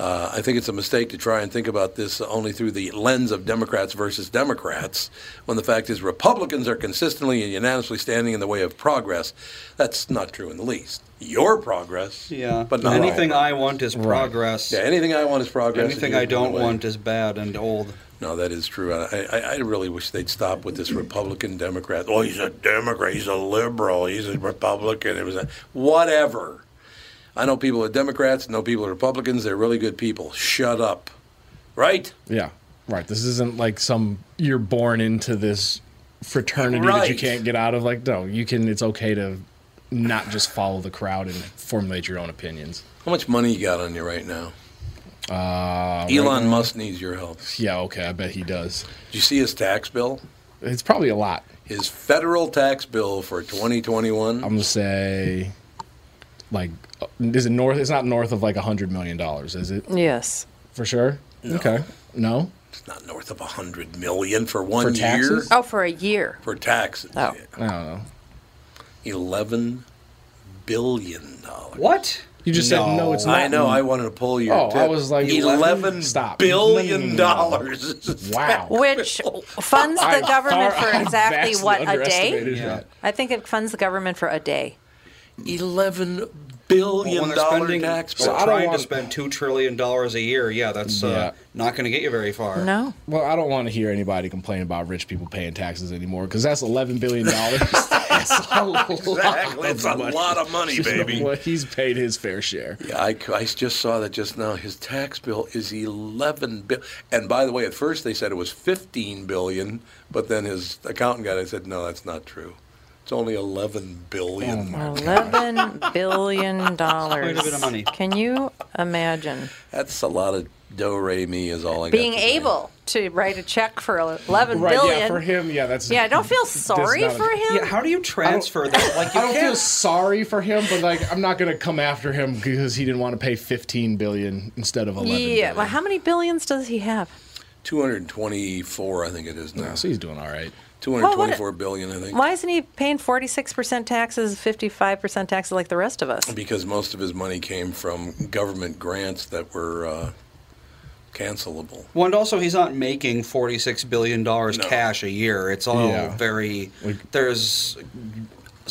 Speaker 1: Uh, I think it's a mistake to try and think about this only through the lens of Democrats versus Democrats, when the fact is Republicans are consistently and unanimously standing in the way of progress. That's not true in the least. Your progress,
Speaker 2: Yeah.
Speaker 1: but not
Speaker 2: anything
Speaker 1: our
Speaker 2: I want is progress.
Speaker 1: Yeah, anything I want is progress. and
Speaker 2: Anything
Speaker 1: you're
Speaker 2: I don't
Speaker 1: doing it.
Speaker 2: want is bad and old.
Speaker 1: No, that is true. I, I, I really wish they'd stop with this Republican Democrat. Oh, he's a Democrat. He's a liberal. He's a Republican. It was a, whatever. I know people are Democrats. Know people are Republicans. They're really good people. Shut up. Right?
Speaker 5: Yeah, right. This isn't like some you're born into this fraternity that you
Speaker 1: Right.
Speaker 5: can't get out of. Like, no, you can. It's okay to not just follow the crowd and formulate your own opinions.
Speaker 1: How much money you got on you right now?
Speaker 5: Uh,
Speaker 1: Elon Musk needs your help. Did
Speaker 5: Yeah, okay, I bet he does.
Speaker 1: you see his tax bill?
Speaker 5: It's probably a lot.
Speaker 1: His federal tax bill for 2021.
Speaker 2: Um,
Speaker 5: I'm gonna say, like, uh, is it north? It's not north of like a hundred million dollars, is it?
Speaker 3: Yes.
Speaker 5: For sure. Okay. No.
Speaker 1: It's not north of 100 million for one
Speaker 5: For
Speaker 1: year
Speaker 5: taxes?
Speaker 3: Oh, for a year.
Speaker 1: for taxes.
Speaker 3: Oh.
Speaker 5: I don't know.
Speaker 1: 11 billion dollars.
Speaker 2: What?
Speaker 5: You just said no. It's not.
Speaker 1: I know. I wanted to pull your.
Speaker 5: Oh, I
Speaker 1: tip.
Speaker 5: was like,
Speaker 1: eleven
Speaker 5: stop.
Speaker 1: billion
Speaker 5: No, no, no,
Speaker 1: dollars.
Speaker 5: Wow.
Speaker 3: Which funds the
Speaker 5: Sorry,
Speaker 3: government for
Speaker 5: Oh, I
Speaker 3: exactly
Speaker 5: vastly
Speaker 3: what a day?
Speaker 5: underestimated that.
Speaker 3: I think it funds the government for a day.
Speaker 1: Eleven billion
Speaker 2: when they're
Speaker 1: dollar
Speaker 2: spending,
Speaker 1: tax bill.
Speaker 2: so
Speaker 5: I don't
Speaker 2: trying
Speaker 5: want-
Speaker 2: to spend two trillion dollars a year, yeah, that's uh,
Speaker 5: Yeah.
Speaker 2: not going to get you very far.
Speaker 3: No.
Speaker 5: Well, I don't want to hear anybody complain about rich people paying taxes anymore because that's eleven billion dollars.
Speaker 1: Exactly. It's a lot of money, baby.
Speaker 5: Well, he's paid his fair share.
Speaker 1: Yeah, I, I just saw that just now. His tax bill is eleven bill. And by the way, at first they said it was fifteen billion, but then his accountant guy said, "No, that's not true. It's only eleven
Speaker 5: Oh,
Speaker 1: billion.
Speaker 3: Eleven billion dollars.
Speaker 2: Quite a bit of money.
Speaker 3: Can you imagine
Speaker 1: that's a lot of do re mi." Is all I
Speaker 3: being
Speaker 1: got to say.
Speaker 3: able to write a check for eleven billion?
Speaker 5: Right? Yeah, for him. Yeah, that's.
Speaker 3: Yeah, I don't feel
Speaker 5: that's
Speaker 3: sorry
Speaker 5: not a-
Speaker 3: for him.
Speaker 2: Yeah, how do you transfer that? Like you
Speaker 5: I don't
Speaker 2: can't.
Speaker 5: feel sorry for him, but like I'm not gonna come after him because he didn't want to pay 15 billion instead of 11.
Speaker 3: Yeah,
Speaker 5: billion.
Speaker 3: well, how many billions does he have?
Speaker 1: Two hundred twenty-four, I think it is now.
Speaker 5: so he's doing all right.
Speaker 1: Two
Speaker 3: what-
Speaker 1: hundred twenty-four billion, I think.
Speaker 3: Why isn't he paying 46% taxes, 55% taxes like the rest of us?
Speaker 1: because most of his money came from government grants that were uh, cancelable.
Speaker 2: Well, and also he's not making forty-six billion dollars cash a year. It's all
Speaker 5: Yeah.
Speaker 2: very there's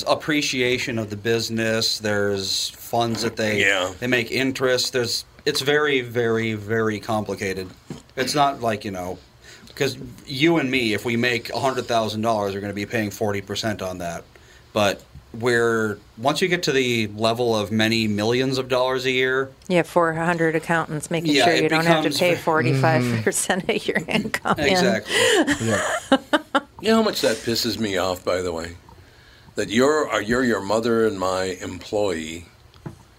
Speaker 2: appreciation of the business. There's funds that they
Speaker 1: Yeah.
Speaker 2: they make interest. There's it's very very very complicated. It's not like you know because you and me, if we make hundred thousand dollars, we're going to be paying forty percent on that. But we're once you get to the level of many millions of dollars a year,
Speaker 3: Yeah, 400 accountants making
Speaker 2: Yeah,
Speaker 3: sure
Speaker 2: it
Speaker 3: you don't have to
Speaker 2: becomes
Speaker 3: pay
Speaker 2: ve-
Speaker 3: 45% percent of your income. in.
Speaker 2: exactly.
Speaker 1: You know how much that pisses me off, by the way? That you're, uh, you're your mother and my employee,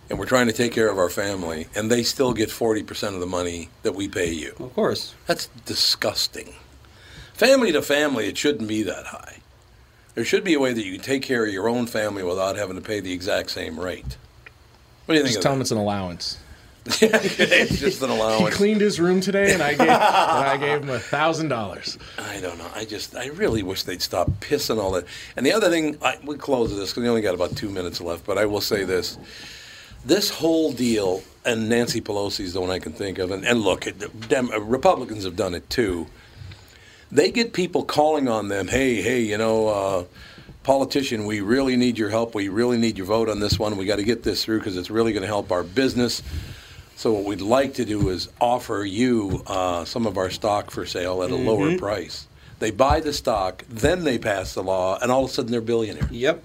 Speaker 1: and we're trying to take care of our family, and they still get 40% of the money that we pay you.
Speaker 2: Of course.
Speaker 1: That's disgusting. Family to family, it shouldn't be that high. There should be a way that you can take care of your own family without having to pay the exact same rate. What do you think
Speaker 5: Just
Speaker 1: of
Speaker 5: tell him
Speaker 1: that?
Speaker 5: it's an allowance.
Speaker 1: it's just an
Speaker 5: He
Speaker 1: allowance.
Speaker 5: cleaned his room today, and I gave and I gave him a thousand dollars.
Speaker 1: I don't know. I just, I really wish they'd stop pissing all that. And the other thing, I, we close this because we only got about two minutes left, but I will say this. This whole deal, and Nancy Pelosi is the one I can think of, and, and look, it- Dem- uh, Republicans have done it too. They get people calling on them, hey, hey, you know, uh, politician, we really need your help. We really need your vote on this one. We got to get this through because it's really going to help our business. So what we'd like to do is offer you uh, some of our stock for sale
Speaker 3: Mm-hmm.
Speaker 1: at a lower price. They buy the stock, then they pass the law, and all of a sudden they're billionaire.
Speaker 2: Yep.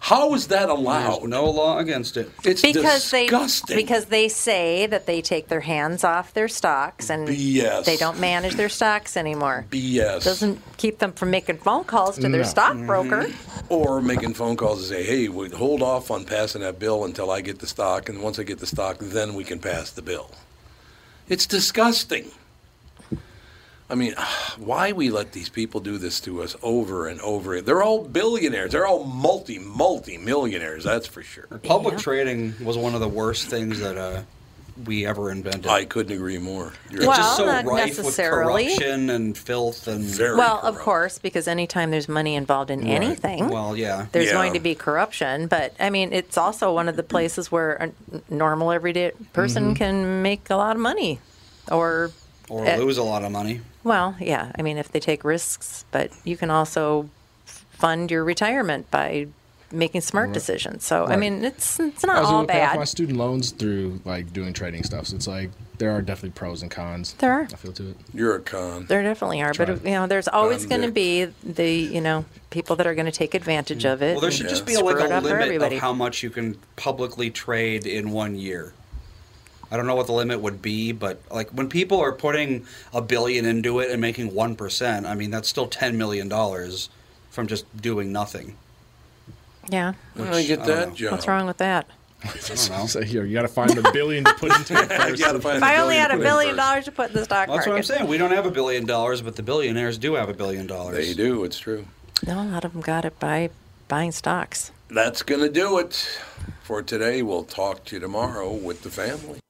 Speaker 1: How is that
Speaker 2: There's
Speaker 1: allowed?
Speaker 2: Oh, no law against it.
Speaker 1: it's
Speaker 3: Because they
Speaker 1: disgusting.
Speaker 3: because they say that they take their hands off their stocks and
Speaker 1: BS.
Speaker 3: they don't manage their stocks anymore.
Speaker 1: BS.
Speaker 3: Doesn't keep them from making phone calls to their
Speaker 5: No.
Speaker 3: stockbroker.
Speaker 2: Mm-hmm.
Speaker 1: or making phone calls and say, "Hey, we hold off on passing that bill until I get the stock, and once I get the stock, then we can pass the bill." It's disgusting. I mean, why we let these people do this to us over and over? They're all billionaires. They're all multi multi millionaires. That's for sure.
Speaker 2: Public trading was one of the worst things that uh, we ever invented.
Speaker 1: I couldn't agree more. You're
Speaker 2: It's
Speaker 3: Well,
Speaker 2: just so
Speaker 3: not
Speaker 2: rife
Speaker 3: necessarily.
Speaker 2: with corruption and filth and
Speaker 1: Very
Speaker 3: well, of course, because anytime there's money involved in anything,
Speaker 2: Well, yeah.
Speaker 3: there's
Speaker 2: Yeah.
Speaker 3: going to be corruption. But I mean, it's also one of the places where a n- normal everyday person
Speaker 2: Mhm.
Speaker 3: can make a lot of money, or
Speaker 2: or
Speaker 3: uh,
Speaker 2: lose a lot of money.
Speaker 3: Well, yeah. I mean, if they take risks, but you can also f- fund your retirement by making smart
Speaker 5: Right.
Speaker 3: decisions. So I
Speaker 5: Right.
Speaker 3: mean, it's it's
Speaker 5: I
Speaker 3: not
Speaker 5: was
Speaker 3: all
Speaker 5: able to pay off
Speaker 3: bad.
Speaker 5: my student loans through like doing trading stuff. So it's like there are definitely pros and cons.
Speaker 3: There are.
Speaker 5: I feel to it.
Speaker 1: You're a con.
Speaker 3: There definitely are,
Speaker 5: Try.
Speaker 3: but you know, there's always
Speaker 5: Um,
Speaker 3: going to be the you know people that are going to take advantage
Speaker 5: Mm.
Speaker 3: of it.
Speaker 2: Well, there
Speaker 3: and
Speaker 2: should just be a,
Speaker 3: screw
Speaker 2: like
Speaker 3: it
Speaker 2: a
Speaker 3: up for
Speaker 2: limit
Speaker 3: everybody.
Speaker 2: of how much you can publicly trade in one year. I don't know what the limit would be, but like when people are putting a billion into it and making one percent, I mean that's still ten million dollars from just doing nothing.
Speaker 3: yeah,
Speaker 2: I don't get that,
Speaker 3: What's
Speaker 2: John.
Speaker 3: wrong with that?
Speaker 5: so here, you got to find a billion to put into it first.
Speaker 3: If I only had a billion dollars to put in the stock
Speaker 2: That's
Speaker 3: market,
Speaker 2: what I'm saying. We don't have a billion dollars, but the billionaires do have a billion dollars. They
Speaker 1: do. It's true.
Speaker 3: no, a lot of them got it by buying stocks.
Speaker 1: That's going to do it for today. We'll talk to you tomorrow with the family.